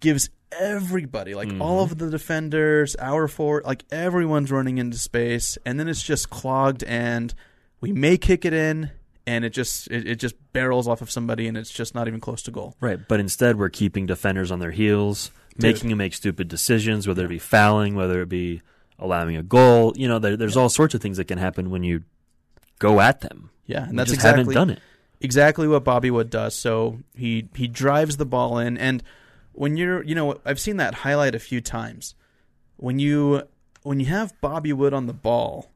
[SPEAKER 2] gives everybody like
[SPEAKER 3] Mm-hmm.
[SPEAKER 2] all of the defenders, our forward, like everyone's running into space, and then it's just clogged. And we may kick it in, and it just it, it just barrels off of somebody, and it's just not even close to goal.
[SPEAKER 3] Right, but instead we're keeping defenders on their heels, making them make stupid decisions, whether it be fouling, whether it be allowing a goal. You know, there, there's all sorts of things that can happen when you go at them.
[SPEAKER 2] Yeah, and
[SPEAKER 3] We
[SPEAKER 2] that's
[SPEAKER 3] just
[SPEAKER 2] exactly
[SPEAKER 3] haven't done it.
[SPEAKER 2] exactly what Bobby Wood does. So he he drives the ball in, and when you're you know I've seen that highlight a few times. When you when you have Bobby Wood on the ball,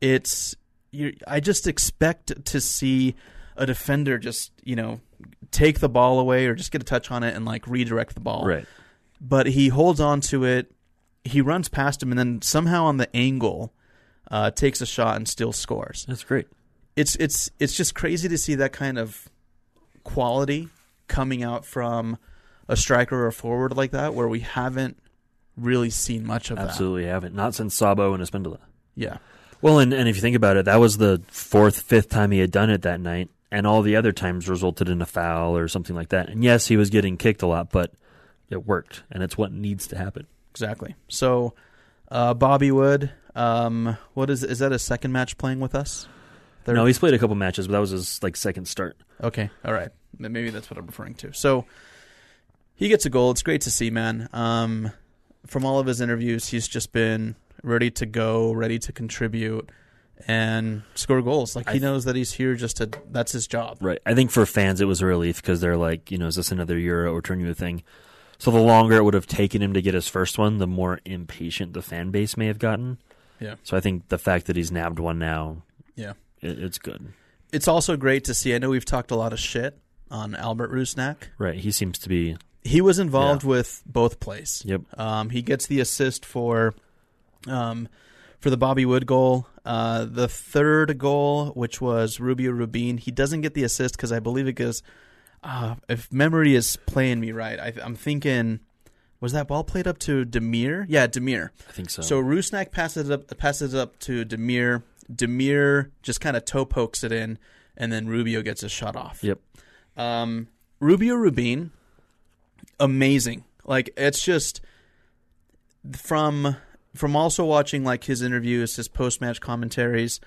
[SPEAKER 2] it's you. I just expect to see a defender just you know take the ball away or just get a touch on it and like redirect the ball
[SPEAKER 3] Right.
[SPEAKER 2] but he holds on to it. He runs past him, and then somehow on the angle, uh, takes a shot and still scores.
[SPEAKER 3] That's great.
[SPEAKER 2] It's it's it's just crazy to see that kind of quality coming out from a striker or a forward like that, where we haven't really seen much of
[SPEAKER 3] Absolutely haven't. Not since Sabo and Espindola.
[SPEAKER 2] that. Yeah,
[SPEAKER 3] Well, and, and if you think about it, that was the fourth, fifth time he had done it that night, and all the other times resulted in a foul or something like that. And yes, he was getting kicked a lot, but it worked, and it's what needs to happen.
[SPEAKER 2] Exactly. So, uh, Bobby Wood, um, what is is that his second match playing with us? Third?
[SPEAKER 3] No, he's played a couple matches, but that was his like second start.
[SPEAKER 2] Okay. All right. Then Maybe that's what I'm referring to. So he gets a goal. It's great to see, man. Um, from all of his interviews, he's just been ready to go, ready to contribute, and score goals. Like he
[SPEAKER 3] I-
[SPEAKER 2] knows that he's here just to. That's his job.
[SPEAKER 3] Right. I think for fans, it was a relief because they're like, you know, is this another Euro or turn you a thing? So the longer it would have taken him to get his first one, the more impatient the fan base may have gotten.
[SPEAKER 2] Yeah.
[SPEAKER 3] So I think the fact that he's nabbed one now,
[SPEAKER 2] Yeah.
[SPEAKER 3] it, it's good.
[SPEAKER 2] It's also great to see. I know we've talked a lot of shit on Albert Rusnak.
[SPEAKER 3] Right. He seems to be.
[SPEAKER 2] He was involved
[SPEAKER 3] Yeah.
[SPEAKER 2] with both plays.
[SPEAKER 3] Yep.
[SPEAKER 2] Um, he gets the assist for, um, for the Bobby Wood goal. Uh, the third goal, which was Rubio Rubin, he doesn't get the assist because I believe it goes. Uh, if memory is playing me right, I, I'm thinking, was that ball played up to Demir? Yeah, Demir.
[SPEAKER 3] I think so.
[SPEAKER 2] So Rusnak passes it up, passes it up to Demir. Demir just kind of toe pokes it in, and then Rubio gets a shot off.
[SPEAKER 3] Yep.
[SPEAKER 2] Um, Rubio Rubin, amazing. Like it's just from from also watching like his interviews, his post match commentaries,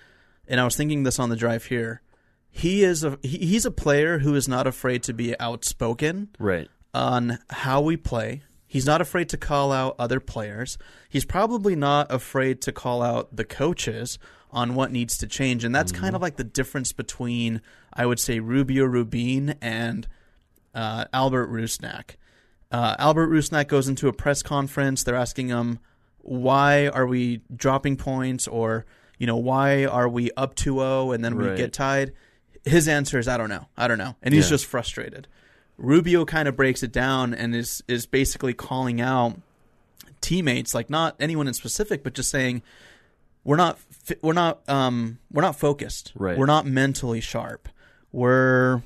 [SPEAKER 2] and I was thinking this on the drive here. He is a he, he's a player who is not afraid to be outspoken
[SPEAKER 3] Right.
[SPEAKER 2] on how we play. He's not afraid to call out other players. He's probably not afraid to call out the coaches on what needs to change. And that's
[SPEAKER 3] Mm-hmm.
[SPEAKER 2] kind of like the difference between, I would say, Rubio Rubin and uh, Albert Rusnak. Uh, Albert Rusnak goes into a press conference. They're asking him, why are we dropping points or, you know, why are we up 2 0 and then we
[SPEAKER 3] Right.
[SPEAKER 2] get tied? His answer is, I don't know. I don't know. And he's
[SPEAKER 3] Yeah.
[SPEAKER 2] just frustrated. Rubio kind of breaks it down and is is basically calling out teammates, like not anyone in specific, but just saying we're not fi- we're not um, we're not focused.
[SPEAKER 3] Right.
[SPEAKER 2] We're not mentally sharp. We're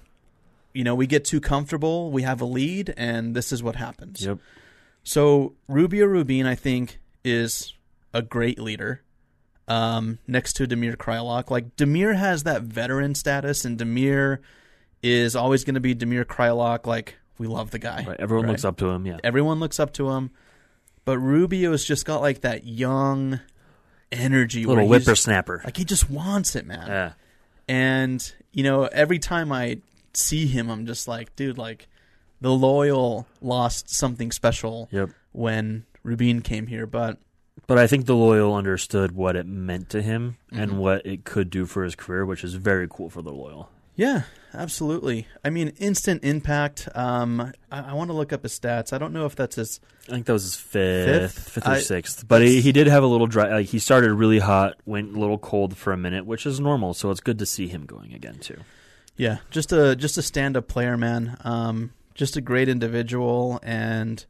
[SPEAKER 2] you know we get too comfortable. We have a lead, and this is what happens.
[SPEAKER 3] Yep.
[SPEAKER 2] So Rubio Rubin, I think, is a great leader. Um, next to Demir Krylok, like Demir has that veteran status, and Demir is always going to be Demir Krylok. Like we love the guy.
[SPEAKER 3] Right. Everyone
[SPEAKER 2] right?
[SPEAKER 3] looks up to him. Yeah.
[SPEAKER 2] Everyone looks up to him, but Rubio's just got like that young energy, where
[SPEAKER 3] Little
[SPEAKER 2] he's-
[SPEAKER 3] whippersnapper.
[SPEAKER 2] Like he just wants it, man.
[SPEAKER 3] Yeah.
[SPEAKER 2] And you know, every time I see him, I'm just like, dude, like the loyal lost something special
[SPEAKER 3] Yep.
[SPEAKER 2] when Rubin came here, but
[SPEAKER 3] But I think the loyal understood what it meant to him
[SPEAKER 2] Mm-hmm.
[SPEAKER 3] and what it could do for his career, which is very cool for the loyal.
[SPEAKER 2] yeah, absolutely. I mean, instant impact. Um, I, I want to look up his stats. I don't know if that's his.
[SPEAKER 3] I think that was his fifth,
[SPEAKER 2] Fifth?
[SPEAKER 3] fifth, or
[SPEAKER 2] I-
[SPEAKER 3] sixth. But he, he did have a little dry. Like he started really hot, went a little cold for a minute, which is normal. So it's good to see him going again too.
[SPEAKER 2] Yeah, just a just a stand up player, man. Um, just a great individual, and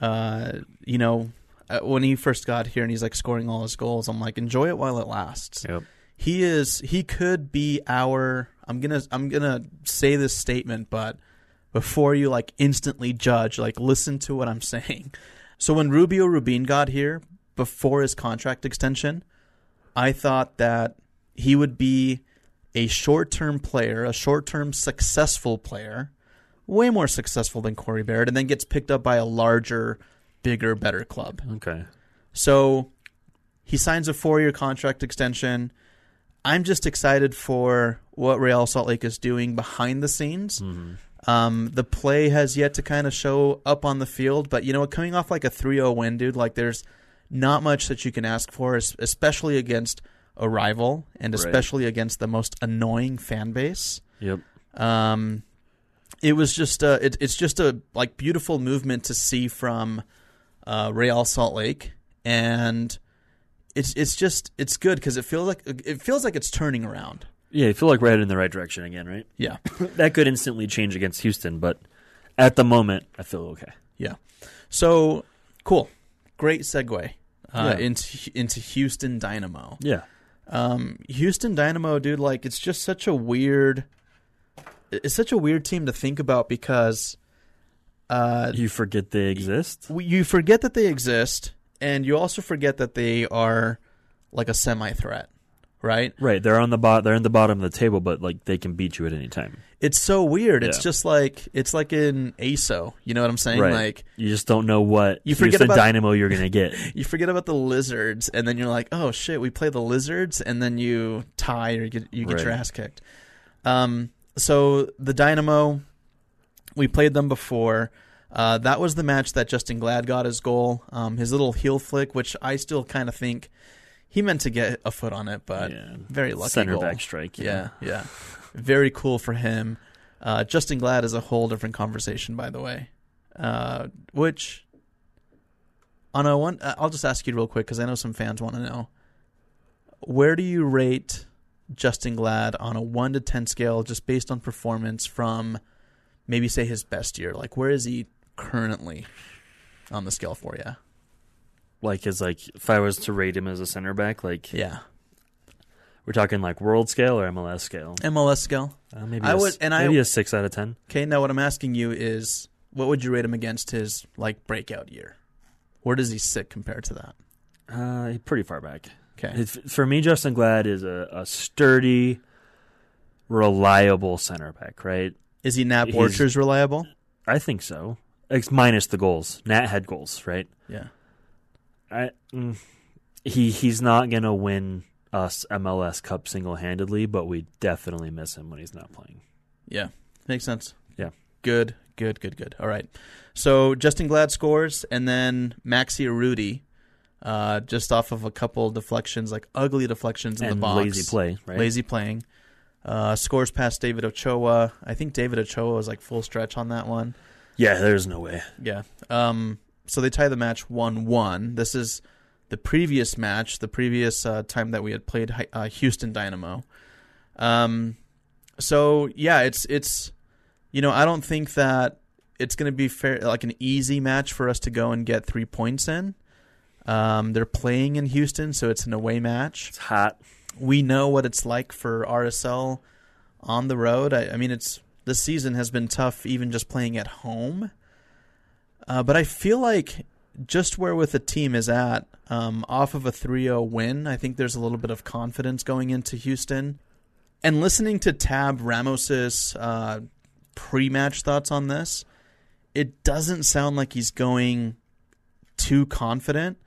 [SPEAKER 2] uh, you know, uh, when he first got here and he's like scoring all his goals, I'm like, enjoy it while it lasts.
[SPEAKER 3] Yep.
[SPEAKER 2] He is. He could be our. I'm gonna. I'm gonna say this statement, but before you like instantly judge, like listen to what I'm saying. So when Rubio Rubin got here before his contract extension, I thought that he would be a short-term player, a short-term successful player, way more successful than Corey Barrett, and then gets picked up by a larger, bigger, better club.
[SPEAKER 3] Okay.
[SPEAKER 2] So he signs a four year contract extension. I'm just excited for what Real Salt Lake is doing behind the scenes. Um, the play has yet to kind of show up on the field, but you know what? Coming off like a 3 0 win, dude, like there's not much that you can ask for, es- especially against a rival and
[SPEAKER 3] Right.
[SPEAKER 2] especially against the most annoying fan base.
[SPEAKER 3] Yep.
[SPEAKER 2] Um, it was just a, it, it's just a like beautiful movement to see from uh, Real Salt Lake, and it's it's just it's good because it feels like it feels like it's turning around.
[SPEAKER 3] Yeah, you feel like we're headed in the right direction again, right?
[SPEAKER 2] Yeah,
[SPEAKER 3] that could instantly change against Houston, but at the moment, I feel okay.
[SPEAKER 2] yeah. So cool, great segue uh,
[SPEAKER 3] Yeah.
[SPEAKER 2] into into Houston Dynamo.
[SPEAKER 3] Yeah.
[SPEAKER 2] Um, Houston Dynamo, dude, like it's just such a weird, it's such a weird team to think about because. Uh,
[SPEAKER 3] You forget they exist.
[SPEAKER 2] you forget that they exist, and you also forget that they are like a semi threat, right?
[SPEAKER 3] Right, they're on the bot. They're in the bottom of the table, but like they can beat you at any time.
[SPEAKER 2] It's so weird. It's
[SPEAKER 3] Yeah.
[SPEAKER 2] just like it's like in ASO. You know what I'm saying?
[SPEAKER 3] right,
[SPEAKER 2] Like
[SPEAKER 3] you just don't know what
[SPEAKER 2] You forget
[SPEAKER 3] Houston
[SPEAKER 2] about-
[SPEAKER 3] Dynamo you're gonna get.
[SPEAKER 2] you forget about the lizards, and then you're like, oh shit, we play the lizards, and then you tie or you get, you get your
[SPEAKER 3] Right.
[SPEAKER 2] ass kicked. Um, so the Dynamo, we played them before. Uh, that was the match that Justin Glad got his goal, um, his little heel flick, which I still kind of think he meant to get a foot on it, but
[SPEAKER 3] yeah.
[SPEAKER 2] very lucky
[SPEAKER 3] center
[SPEAKER 2] goal.
[SPEAKER 3] back strike.
[SPEAKER 2] Yeah, yeah. Very cool for him. Uh, Justin Glad is a whole different conversation, by the way. Uh, which, on a one, uh, I'll just ask you real quick because I know some fans want to know. Where do you rate Justin Glad on a one to ten scale, just based on performance from maybe say his best year? Like, where is he currently on the scale for you?
[SPEAKER 3] like as like if I was to rate him as a center back, like
[SPEAKER 2] Yeah,
[SPEAKER 3] we're talking like world scale or MLS scale.
[SPEAKER 2] MLS scale.
[SPEAKER 3] Uh, maybe
[SPEAKER 2] I
[SPEAKER 3] a s-
[SPEAKER 2] would- and I-
[SPEAKER 3] maybe a six out of ten.
[SPEAKER 2] Okay, now what I'm asking you is what would you rate him against his like breakout year? Where does he sit compared to that?
[SPEAKER 3] Uh, pretty far back.
[SPEAKER 2] Okay.
[SPEAKER 3] It's, for me, Justin Glad is a, a sturdy, reliable center back. Right?
[SPEAKER 2] Is he Nat
[SPEAKER 3] he's-
[SPEAKER 2] Borchers reliable?
[SPEAKER 3] I think so. Ex minus the goals. Nat had goals. Right?
[SPEAKER 2] Yeah.
[SPEAKER 3] I mm, he he's not gonna win us MLS Cup single handedly, but we definitely miss him when he's not playing.
[SPEAKER 2] Yeah. Makes sense.
[SPEAKER 3] Yeah.
[SPEAKER 2] Good, good, good, good. All right. So Justin Glad scores and then Maxi Rudy uh, just off of a couple deflections, like ugly deflections in
[SPEAKER 3] and
[SPEAKER 2] the box.
[SPEAKER 3] lazy play. Right?
[SPEAKER 2] Lazy playing. Uh, scores past David Ochoa. I think David Ochoa was like full stretch on that one.
[SPEAKER 3] Yeah. There's no way.
[SPEAKER 2] Yeah. Um, so they tie the match 1 1. This is the previous match, the previous uh, time that we had played Hi- uh, Houston Dynamo. Um, so, yeah, it's, it's, you know, I don't think that it's going to be fair, like an easy match for us to go and get three points in. Um, they're playing in Houston, so it's an away match
[SPEAKER 3] It's hot.
[SPEAKER 2] we know what it's like for RSL on the road. I, I mean, it's this season has been tough, even just playing at home. Uh, but I feel like just where with the team is at, um, off of a 3-0 win, I think there's a little bit of confidence going into Houston. And listening to Tab Ramos's uh, pre-match thoughts on this, it doesn't sound like he's going too confident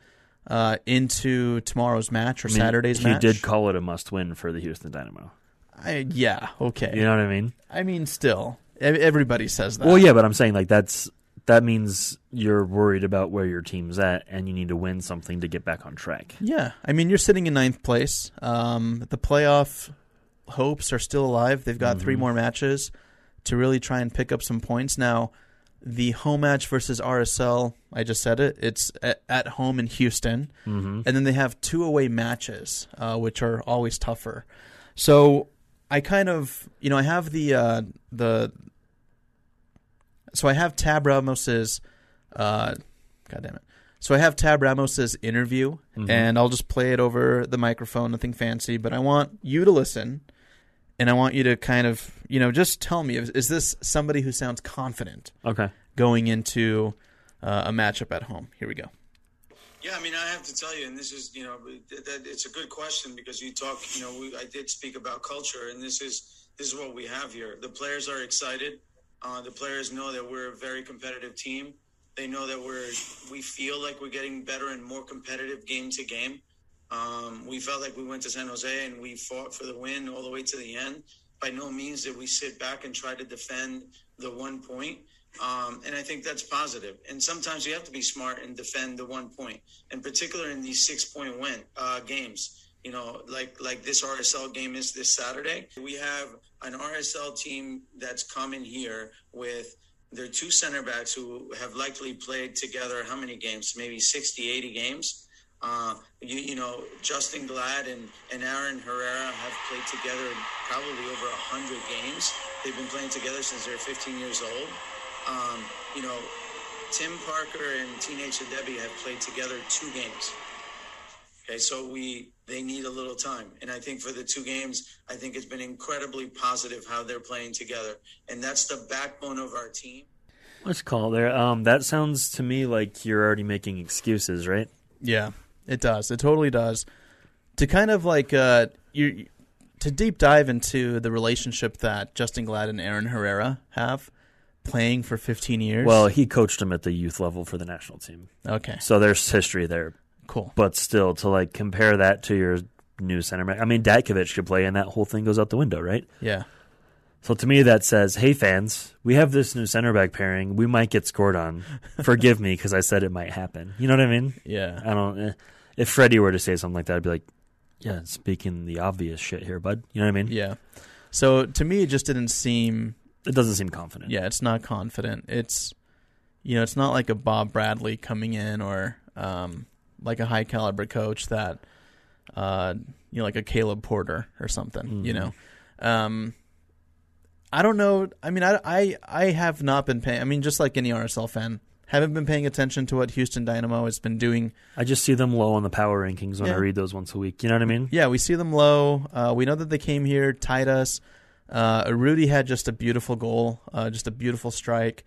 [SPEAKER 2] uh, into tomorrow's match or
[SPEAKER 3] I mean,
[SPEAKER 2] Saturday's
[SPEAKER 3] he
[SPEAKER 2] match.
[SPEAKER 3] did call it a must win for the Houston Dynamo.
[SPEAKER 2] I, yeah, okay.
[SPEAKER 3] You know what I mean?
[SPEAKER 2] I mean, still, e- everybody says that.
[SPEAKER 3] Well, yeah, but I'm saying like that's that means you're worried about where your team's at, and you need to win something to get back on track.
[SPEAKER 2] Yeah, I mean, you're sitting in ninth place. Um, the playoff hopes are still alive. They've got three
[SPEAKER 3] Mhm.
[SPEAKER 2] more matches to really try and pick up some points. Now, the home match versus RSL, I just said it, it's at, at home in Houston.
[SPEAKER 3] Mm-hmm.
[SPEAKER 2] and then they have two away matches, uh, which are always tougher. So I kind of, you know, I have the uh, the, so I have Tab Ramos's, uh, God damn it, so I have Tab Ramos's interview,
[SPEAKER 3] Mhm.
[SPEAKER 2] and I'll just play it over the microphone, nothing fancy, but I want you to listen, and I want you to kind of, you know, just tell me, is, is this somebody who sounds confident
[SPEAKER 3] Okay.
[SPEAKER 2] going into uh, a matchup at home? Here we go.
[SPEAKER 4] Yeah, I mean, I have to tell you, and this is, you know, that, that it's a good question because you talk, you know, we, I did speak about culture, and this is this is what we have here. The players are excited. Uh, the players know that we're a very competitive team. They know that we're we feel like we're getting better and more competitive game to game. Um, we felt like we went to San Jose and we fought for the win all the way to the end. By no means did we sit back and try to defend the one point. Um, and I think that's positive. And sometimes you have to be smart and defend the one point, in particular in these six point win uh, games. You know, like like this RSL game is this Saturday. We have an RSL team that's coming here with their two center backs who have likely played together how many games? Maybe 60, 80 games. Uh, you, you know, Justin Glad and, and Aaron Herrera have played together probably over 100 games. They've been playing together since they're 15 years old. Um, you know, Tim Parker and Teenage Debbie have played together two games. Okay, so we they need a little time, and I think for the two games, I think it's been incredibly positive how they're playing together, and that's the backbone of our team.
[SPEAKER 3] Let's call there. Um, that sounds to me like you're already making excuses, right?
[SPEAKER 2] Yeah, it does. It totally does. to kind of like uh, you to deep dive into the relationship that Justin Glad and Aaron Herrera have playing for 15 years.
[SPEAKER 3] Well, he coached him at the youth level for the national team,
[SPEAKER 2] okay,
[SPEAKER 3] so there's history there.
[SPEAKER 2] cool.
[SPEAKER 3] But still, to like compare that to your new center back, I mean, Datkovich could play, and that whole thing goes out the window, right?
[SPEAKER 2] Yeah,
[SPEAKER 3] So to me, that says, "Hey fans, we have this new center back pairing. We might get scored on. Forgive me because I said it might happen. You know what I mean?
[SPEAKER 2] yeah,
[SPEAKER 3] I don't. Eh. If Freddie were to say something like that, I'd be like, "Yeah, speaking the obvious shit here, bud. You know what I mean?
[SPEAKER 2] yeah. So to me, it just didn't seem.
[SPEAKER 3] It doesn't seem confident.
[SPEAKER 2] Yeah, it's not confident. It's you know, it's not like a Bob Bradley coming in or um, like a high caliber coach that uh, you know, like a Caleb Porter or something. You know, um, I don't know. I mean, I, I I have not been paying. I mean, just like any RSL fan, haven't been paying attention to what Houston Dynamo has been doing
[SPEAKER 3] I just see them low on the power rankings when I
[SPEAKER 2] Yeah.
[SPEAKER 3] read those once a week. You know what I mean?
[SPEAKER 2] Yeah, we see them low. Uh, we know that they came here, tied us. Uh, Rudy had just a beautiful goal, uh, just a beautiful strike.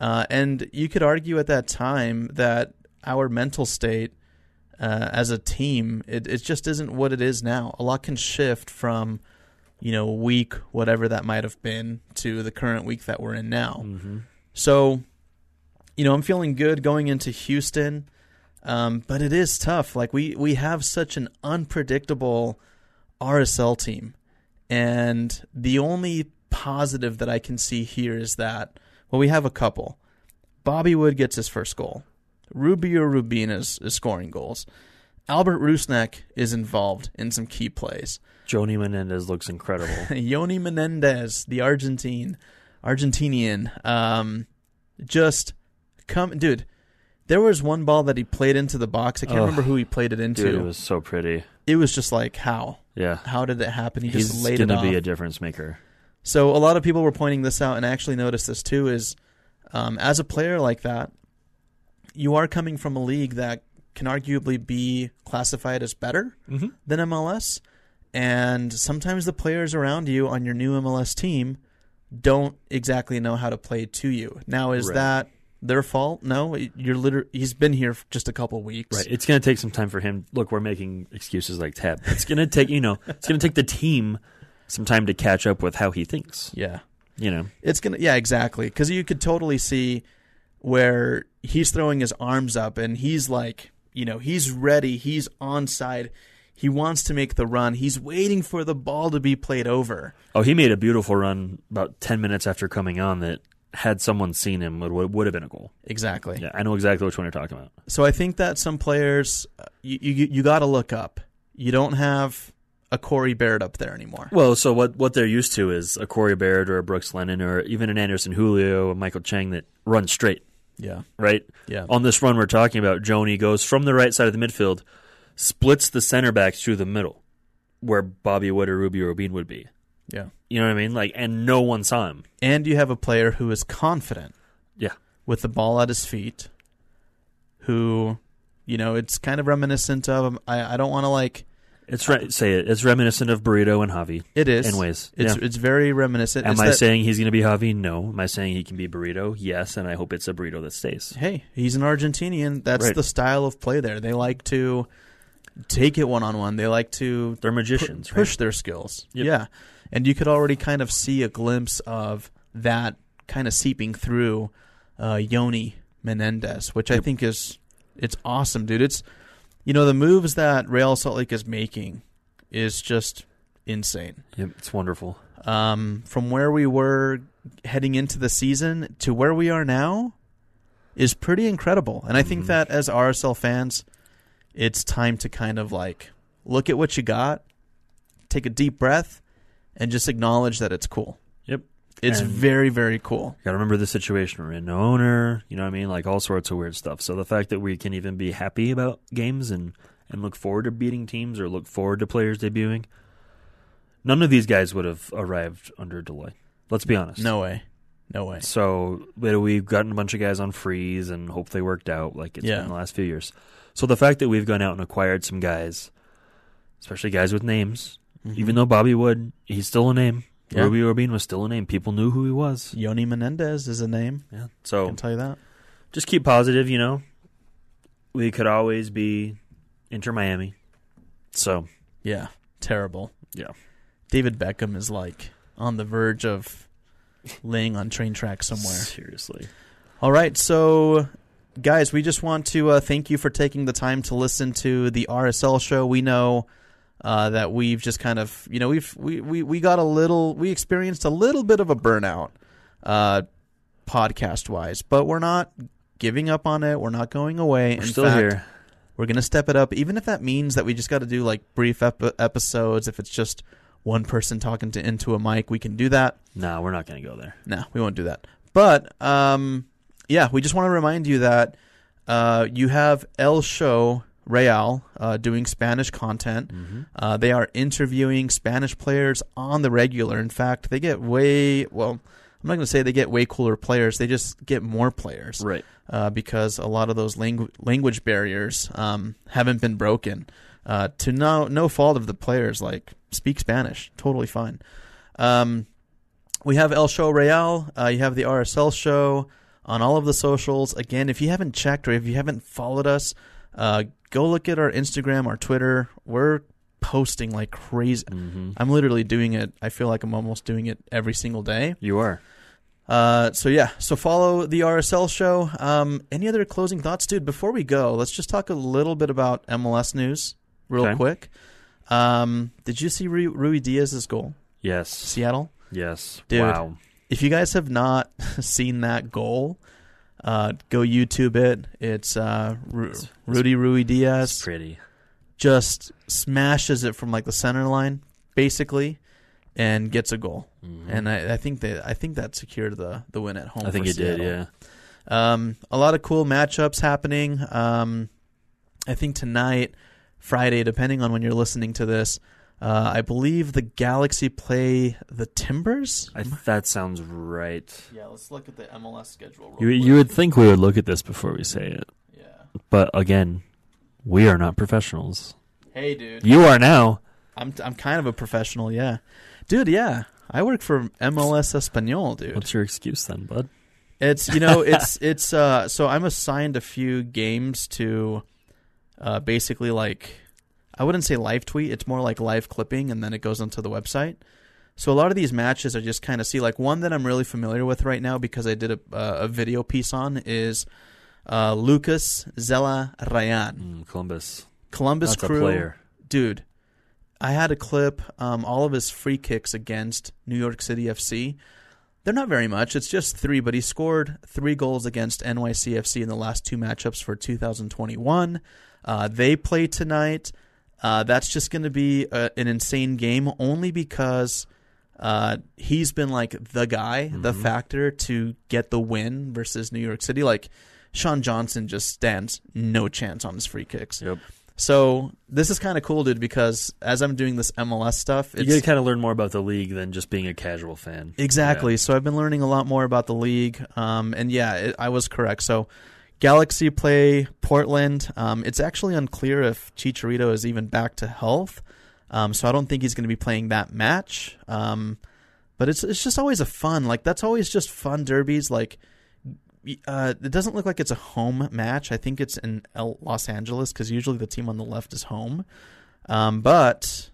[SPEAKER 2] Uh, and you could argue at that time that our mental state uh, as a team, it, it just isn't what it is now. A lot can shift from, you know, week, whatever that might have been, to the current week that we're in now. So, you know, I'm feeling good going into Houston, um, but it is tough. Like we we have such an unpredictable RSL team, and the only positive that I can see here is that well, we have a couple. Bobby Wood gets his first goal. Rubio Rubin is, is scoring goals. Albert Rusnak is involved in some key plays.
[SPEAKER 3] Joni Menendez looks incredible.
[SPEAKER 2] Yoni Menendez, the Argentine, Argentinian, um, just come, dude. There was one ball that he played into the box. I can't
[SPEAKER 3] Ugh.
[SPEAKER 2] remember who he played it into.
[SPEAKER 3] Dude, it was so pretty.
[SPEAKER 2] just like how
[SPEAKER 3] Yeah,
[SPEAKER 2] how did it happen? He
[SPEAKER 3] he's
[SPEAKER 2] just laid it
[SPEAKER 3] gonna
[SPEAKER 2] off.
[SPEAKER 3] be a difference maker.
[SPEAKER 2] So a lot of people were pointing this out, and I actually noticed this too. Is um, as a player like that, you are coming from a league that can arguably be classified as better
[SPEAKER 3] Mm-hmm.
[SPEAKER 2] than MLS, and sometimes the players around you on your new MLS team don't exactly know how to play to you. Now, is
[SPEAKER 3] Right.
[SPEAKER 2] that their fault? No, you're liter- He's been here for just a couple weeks,
[SPEAKER 3] Right. It's going to take some time for him. Look, we're making excuses like Tab. It's going to take, you know, it's going to take the team some time to catch up with how he thinks,
[SPEAKER 2] Yeah.
[SPEAKER 3] you know.
[SPEAKER 2] It's gonna, yeah, exactly. Because you could totally see where he's throwing his arms up and he's like, you know, he's ready, he's on side, he wants to make the run, he's waiting for the ball to be played over.
[SPEAKER 3] Oh, he made a beautiful run about 10 minutes after coming on that had someone seen him would would have been a goal.
[SPEAKER 2] Exactly.
[SPEAKER 3] Yeah, I know exactly which one you're talking about.
[SPEAKER 2] So I think that some players, uh, you you, you got to look up. You don't have a Corey Baird up there anymore.
[SPEAKER 3] Well, so what what they're used to is a Corey Baird or a Brooks Lennon or even an Anderson Julio, a Michael Chang that run straight,
[SPEAKER 2] Yeah.
[SPEAKER 3] right?
[SPEAKER 2] Yeah.
[SPEAKER 3] On this run we're talking about, Joni goes from the right side of the midfield, splits the center backs through the middle, where Bobby Wood or Ruby Robin would be.
[SPEAKER 2] Yeah.
[SPEAKER 3] You know what I mean? Like, and no one saw him.
[SPEAKER 2] And you have a player who is confident
[SPEAKER 3] Yeah,
[SPEAKER 2] with the ball at his feet, who, you know, it's kind of reminiscent of. um, I, I don't want to like.
[SPEAKER 3] it's re- say it. It's reminiscent of Burrito and Javi.
[SPEAKER 2] It is
[SPEAKER 3] In ways,
[SPEAKER 2] It's
[SPEAKER 3] yeah.
[SPEAKER 2] it's very reminiscent.
[SPEAKER 3] Am
[SPEAKER 2] It's
[SPEAKER 3] I
[SPEAKER 2] that-
[SPEAKER 3] saying he's going to be Javi? No. Am I saying he can be Burrito? Yes, and I hope it's a Burrito that stays.
[SPEAKER 2] Hey, he's an Argentinian. That's
[SPEAKER 3] Right.
[SPEAKER 2] the style of play there. They like to take it one on one. They like to
[SPEAKER 3] They're magicians, right?
[SPEAKER 2] push their skills.
[SPEAKER 3] Yep.
[SPEAKER 2] Yeah, and you could already kind of see a glimpse of that kind of seeping through uh, Yoni Menendez, which I think is it's awesome, dude. It's you know the moves that Real Salt Lake is making is just insane.
[SPEAKER 3] Yep, it's wonderful.
[SPEAKER 2] um, from where we were heading into the season to where we are now is pretty incredible. And I
[SPEAKER 3] Mm-hmm.
[SPEAKER 2] think that as RSL fans, it's time to kind of like look at what you got, take a deep breath, and just acknowledge that it's cool.
[SPEAKER 3] Yep.
[SPEAKER 2] It's
[SPEAKER 3] And-
[SPEAKER 2] very, very cool.
[SPEAKER 3] Got to remember the situation we're in. No owner, you know what I mean? Like all sorts of weird stuff. So the fact that we can even be happy about games and and look forward to beating teams or look forward to players debuting, none of these guys would have arrived under Deloitte. Let's be honest.
[SPEAKER 2] No way. No way.
[SPEAKER 3] So but we've gotten a bunch of guys on freeze and hope they worked out like it's
[SPEAKER 2] Yeah.
[SPEAKER 3] been the last few years. So the fact that we've gone out and acquired some guys, especially guys with names, even though Bobby Wood, he's still a name.
[SPEAKER 2] Mm-hmm. Yeah.
[SPEAKER 3] Ruby Urbin was still a name. People knew who he was.
[SPEAKER 2] Yoni Menendez is a name.
[SPEAKER 3] Yeah.
[SPEAKER 2] I
[SPEAKER 3] So
[SPEAKER 2] can tell you that.
[SPEAKER 3] just keep positive, you know. We could always be Inter Miami. So
[SPEAKER 2] Yeah, terrible.
[SPEAKER 3] Yeah.
[SPEAKER 2] David Beckham is like on the verge of laying on train tracks somewhere.
[SPEAKER 3] Seriously.
[SPEAKER 2] All right, so guys, we just want to uh, thank you for taking the time to listen to the RSL show. We know uh, that we've just kind of, you know, we've we, we we got a little, we experienced a little bit of a burnout, uh, podcast wise, but we're not giving up on it. We're not going away.
[SPEAKER 3] We're
[SPEAKER 2] In
[SPEAKER 3] still
[SPEAKER 2] fact,
[SPEAKER 3] here.
[SPEAKER 2] We're gonna step it up, even if that means that we just got to do like brief ep- episodes. If it's just one person talking to into a mic, we can do that.
[SPEAKER 3] No, we're not going to go there.
[SPEAKER 2] No, we won't do that. But um, yeah, we just want to remind you that uh, you have El Show Real uh, doing Spanish content. Uh, they are interviewing Spanish players on the regular. In fact, they get way well. I'm not going to say they get way cooler players. They just get more players
[SPEAKER 3] Right.
[SPEAKER 2] uh, because a lot of those langu- language barriers um, haven't been broken. Uh, to no no fault of the players, like speak Spanish, totally fine. Um, we have El Show Real. Uh, you have the RSL show on all of the socials. Again, if you haven't checked or if you haven't followed us, uh, go look at our Instagram, our Twitter. We're posting like crazy. I'm literally doing it. I feel like I'm almost doing it every single day.
[SPEAKER 3] You are.
[SPEAKER 2] Uh, so yeah, so follow the RSL show. Um, any other closing thoughts, dude? Before we go, let's just talk a little bit about MLS news, real
[SPEAKER 3] Okay.
[SPEAKER 2] quick. Um, did you see Ru- Rui Diaz's goal,
[SPEAKER 3] Yes.
[SPEAKER 2] Seattle?
[SPEAKER 3] Yes.
[SPEAKER 2] Dude.
[SPEAKER 3] Wow.
[SPEAKER 2] If you guys have not seen that goal, uh, go YouTube it. It's uh, Ru- Rudy Rui
[SPEAKER 3] That's
[SPEAKER 2] Diaz
[SPEAKER 3] pretty.
[SPEAKER 2] just smashes it from like the center line, basically, and gets a goal. And I, I think that I think that secured the the win at home.
[SPEAKER 3] Mm-hmm. I think
[SPEAKER 2] for
[SPEAKER 3] it did.
[SPEAKER 2] Seattle.
[SPEAKER 3] Yeah.
[SPEAKER 2] Um, a lot of cool matchups happening. Um, I think tonight, Friday, depending on when you're listening to this, uh, I believe the Galaxy play the Timbers.
[SPEAKER 3] I, that sounds right.
[SPEAKER 2] Yeah, let's look at the MLS schedule.
[SPEAKER 3] You you would think we would look at this before we say it,
[SPEAKER 2] yeah.
[SPEAKER 3] but again, we are not professionals.
[SPEAKER 2] Hey, dude.
[SPEAKER 3] You are now.
[SPEAKER 2] I'm I'm kind of a professional. Yeah, dude. Yeah, I work for MLS Espanol, dude.
[SPEAKER 3] What's your excuse then, bud?
[SPEAKER 2] It's you know it's it's uh so I'm assigned a few games to uh basically like I wouldn't say live tweet, it's more like live clipping and then it goes onto the website. So a lot of these matches I just kind of see like one that I'm really familiar with right now because I did a uh, a video piece on is uh Lucas Zella Ryan.
[SPEAKER 3] Mm, Columbus.
[SPEAKER 2] Columbus
[SPEAKER 3] That's a
[SPEAKER 2] Crew
[SPEAKER 3] player.
[SPEAKER 2] dude. I had a clip um, all of his free kicks against New York City FC. They're not very much. It's just three, but he scored three goals against NYCFC in the last two matchups for 2021. Uh, they play tonight. Uh, that's just going to be a, an insane game, only because uh, he's been like the guy, the factor to get the win versus New York City. Like Sean Johnson just stands no chance on his free kicks.
[SPEAKER 3] Yep.
[SPEAKER 2] So this is kind of cool, dude, because as I'm doing this MLS stuff,
[SPEAKER 3] You
[SPEAKER 2] it's
[SPEAKER 3] get to kind of learn more about the league than just being a casual fan.
[SPEAKER 2] exactly. So I've been learning a lot more about the league, um, and yeah, it, I was correct. So Galaxy play Portland. Um, it's actually unclear if Chicharito is even back to health, um, so I don't think he's going to be playing that match. Um, but it's it's just always a fun like that's always just fun derbies like. Uh, it doesn't look like it's a home match. I think it's in L- Los Angeles because usually the team on the left is home. Um, but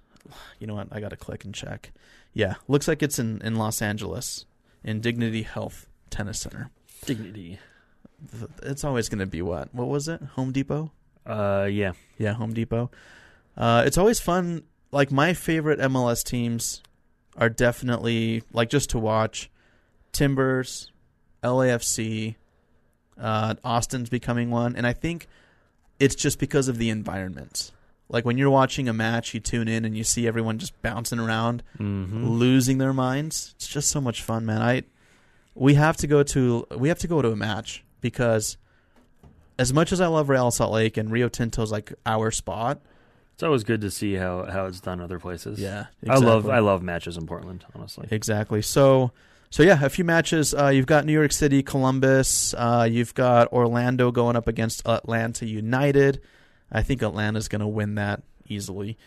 [SPEAKER 2] you know what? I got to click and check. Yeah, looks like it's in, in Los Angeles, in Dignity Health Tennis Center.
[SPEAKER 3] Dignity.
[SPEAKER 2] Th- It's always going to be what? What was it? Home Depot?
[SPEAKER 3] Uh, yeah.
[SPEAKER 2] Yeah, Home Depot. Uh, it's always fun. Like, my favorite MLS teams are definitely, like, just to watch Timbers, LAFC, uh, Austin's becoming one. And I think it's just because of the environment. Like, when you're watching a match, you tune in and you see everyone just bouncing around
[SPEAKER 3] Mm-hmm.
[SPEAKER 2] losing their minds. It's just so much fun, man. I we have to go to we have to go to a match because as much as I love Real Salt Lake and Rio Tinto's like our spot,
[SPEAKER 3] It's always good to see how, how it's done other places.
[SPEAKER 2] Yeah,
[SPEAKER 3] I love
[SPEAKER 2] exactly.
[SPEAKER 3] I love matches in Portland. Honestly,
[SPEAKER 2] Exactly. So, so yeah, a few matches. Uh, you've got New York City, Columbus. Uh, you've got Orlando going up against Atlanta United. I think Atlanta's going to win that easily.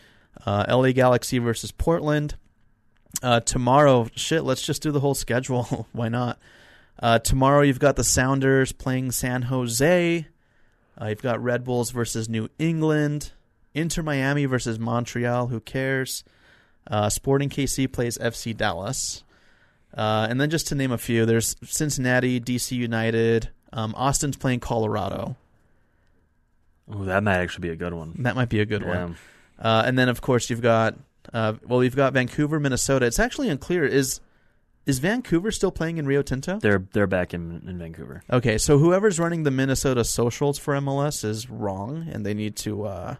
[SPEAKER 2] Uh, LA Galaxy versus Portland. Uh, tomorrow, shit, let's just do the whole schedule. Why not? Uh, tomorrow, you've got the Sounders playing San Jose. Uh, you've got Red Bulls versus New England. Inter Miami versus Montreal. Who cares? Uh, Sporting KC plays FC Dallas. Uh, and then just to name a few, there's Cincinnati, DC United. Um, Austin's playing Colorado.
[SPEAKER 3] Ooh, that might actually be a good one.
[SPEAKER 2] That might be a good
[SPEAKER 3] Yeah.
[SPEAKER 2] one. Uh, and then of course you've got uh, well you've got Vancouver, Minnesota. It's actually unclear is is Vancouver still playing in Rio Tinto?
[SPEAKER 3] They're they're back in, in Vancouver.
[SPEAKER 2] Okay, so whoever's running the Minnesota socials for MLS is wrong, and they need to uh,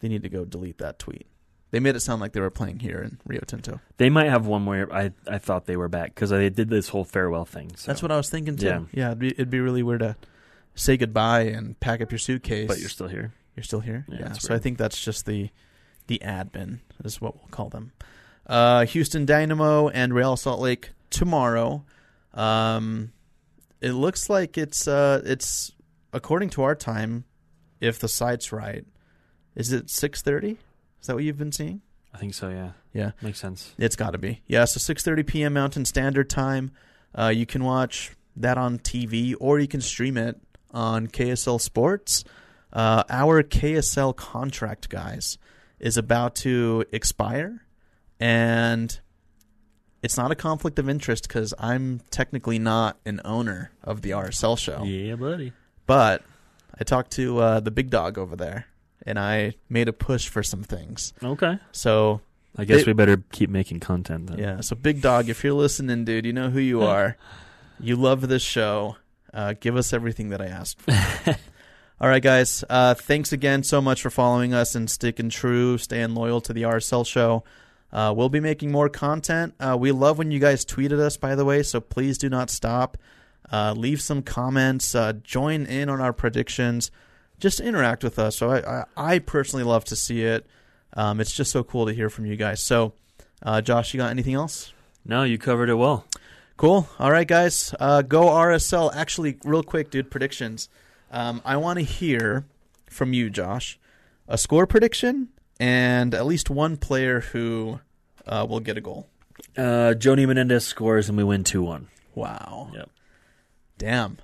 [SPEAKER 2] they need to go delete that tweet. They made it sound like they were playing here in Rio Tinto.
[SPEAKER 3] They might have one where I, I thought they were back because they did this whole farewell thing. So.
[SPEAKER 2] That's what I was thinking too.
[SPEAKER 3] Yeah.
[SPEAKER 2] Yeah, it'd, be, it'd be really weird to say goodbye and pack up your suitcase.
[SPEAKER 3] But you're still here.
[SPEAKER 2] You're still here.
[SPEAKER 3] Yeah,
[SPEAKER 2] Yeah.
[SPEAKER 3] that's
[SPEAKER 2] so I
[SPEAKER 3] weird.
[SPEAKER 2] think that's just the the admin is what we'll call them. Uh, Houston Dynamo and Real Salt Lake tomorrow. Um, it looks like it's uh, it's according to our time, if the site's right. Is it six thirty? Is that what you've been seeing?
[SPEAKER 3] I think so. Yeah,
[SPEAKER 2] Yeah.
[SPEAKER 3] makes sense.
[SPEAKER 2] It's got to be. Yeah, so 6:30 p.m. Mountain Standard Time. Uh, you can watch that on TV or you can stream it on KSL Sports. Uh, our KSL contract, guys, is about to expire, and it's not a conflict of interest because I'm technically not an owner of the RSL show.
[SPEAKER 3] Yeah, buddy.
[SPEAKER 2] But I talked to uh, the big dog over there, and I made a push for some things.
[SPEAKER 3] Okay.
[SPEAKER 2] So
[SPEAKER 3] I guess
[SPEAKER 2] They-
[SPEAKER 3] we better keep making content then.
[SPEAKER 2] Yeah. So, Big Dog, if you're listening, dude, you know who you are. you love this show. Uh, give us everything that I asked for. All right, guys. Uh, thanks again so much for following us and sticking true, staying loyal to the RSL show. Uh, we'll be making more content. Uh, we love when you guys tweet at us, by the way, so please do not stop. Uh, leave some comments. Uh, join in on our predictions. Just interact with us. So I, I, I personally love to see it. Um, it's just so cool to hear from you guys. So, uh, Josh, you got anything else?
[SPEAKER 3] No, you covered it well.
[SPEAKER 2] Cool. All right, guys. Uh, go RSL. Actually, real quick, dude, predictions. Um, I want to hear from you, Josh, a score prediction and at least one player who uh, will get a goal.
[SPEAKER 3] Uh, Joni Menendez scores and we win two one.
[SPEAKER 2] Wow.
[SPEAKER 3] Yep.
[SPEAKER 2] Damn.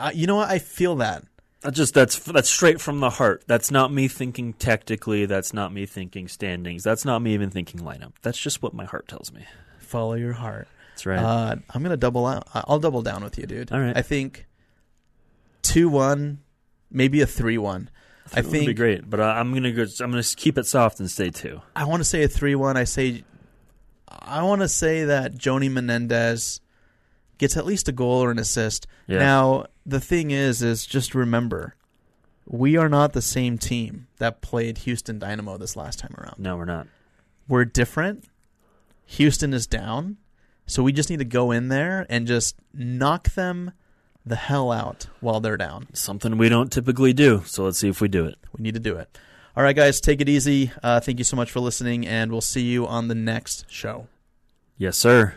[SPEAKER 2] I, you know what? I feel that.
[SPEAKER 3] That just that's that's straight from the heart. That's not me thinking tactically. That's not me thinking standings. That's not me even thinking lineup. That's just what my heart tells me.
[SPEAKER 2] Follow your heart.
[SPEAKER 3] That's right.
[SPEAKER 2] Uh, I'm gonna double out. I- I'll double down with you, dude.
[SPEAKER 3] All right.
[SPEAKER 2] I think two one, maybe a three one. I
[SPEAKER 3] would be
[SPEAKER 2] think
[SPEAKER 3] great. But I, I'm gonna go. I'm gonna keep it soft and stay two.
[SPEAKER 2] I want to say a three-one. I say, I want to say that Joni Menendez gets at least a goal or an assist.
[SPEAKER 3] Yeah.
[SPEAKER 2] Now the thing is, is just remember, we are not the same team that played Houston Dynamo this last time around.
[SPEAKER 3] No, we're not.
[SPEAKER 2] We're different. Houston is down, so we just need to go in there and just knock them the hell out while they're down.
[SPEAKER 3] Something we don't typically do. So let's see if we do it.
[SPEAKER 2] We need to do it. All right, guys, take it easy. Uh, thank you so much for listening, and we'll see you on the next show.
[SPEAKER 3] Yes, sir.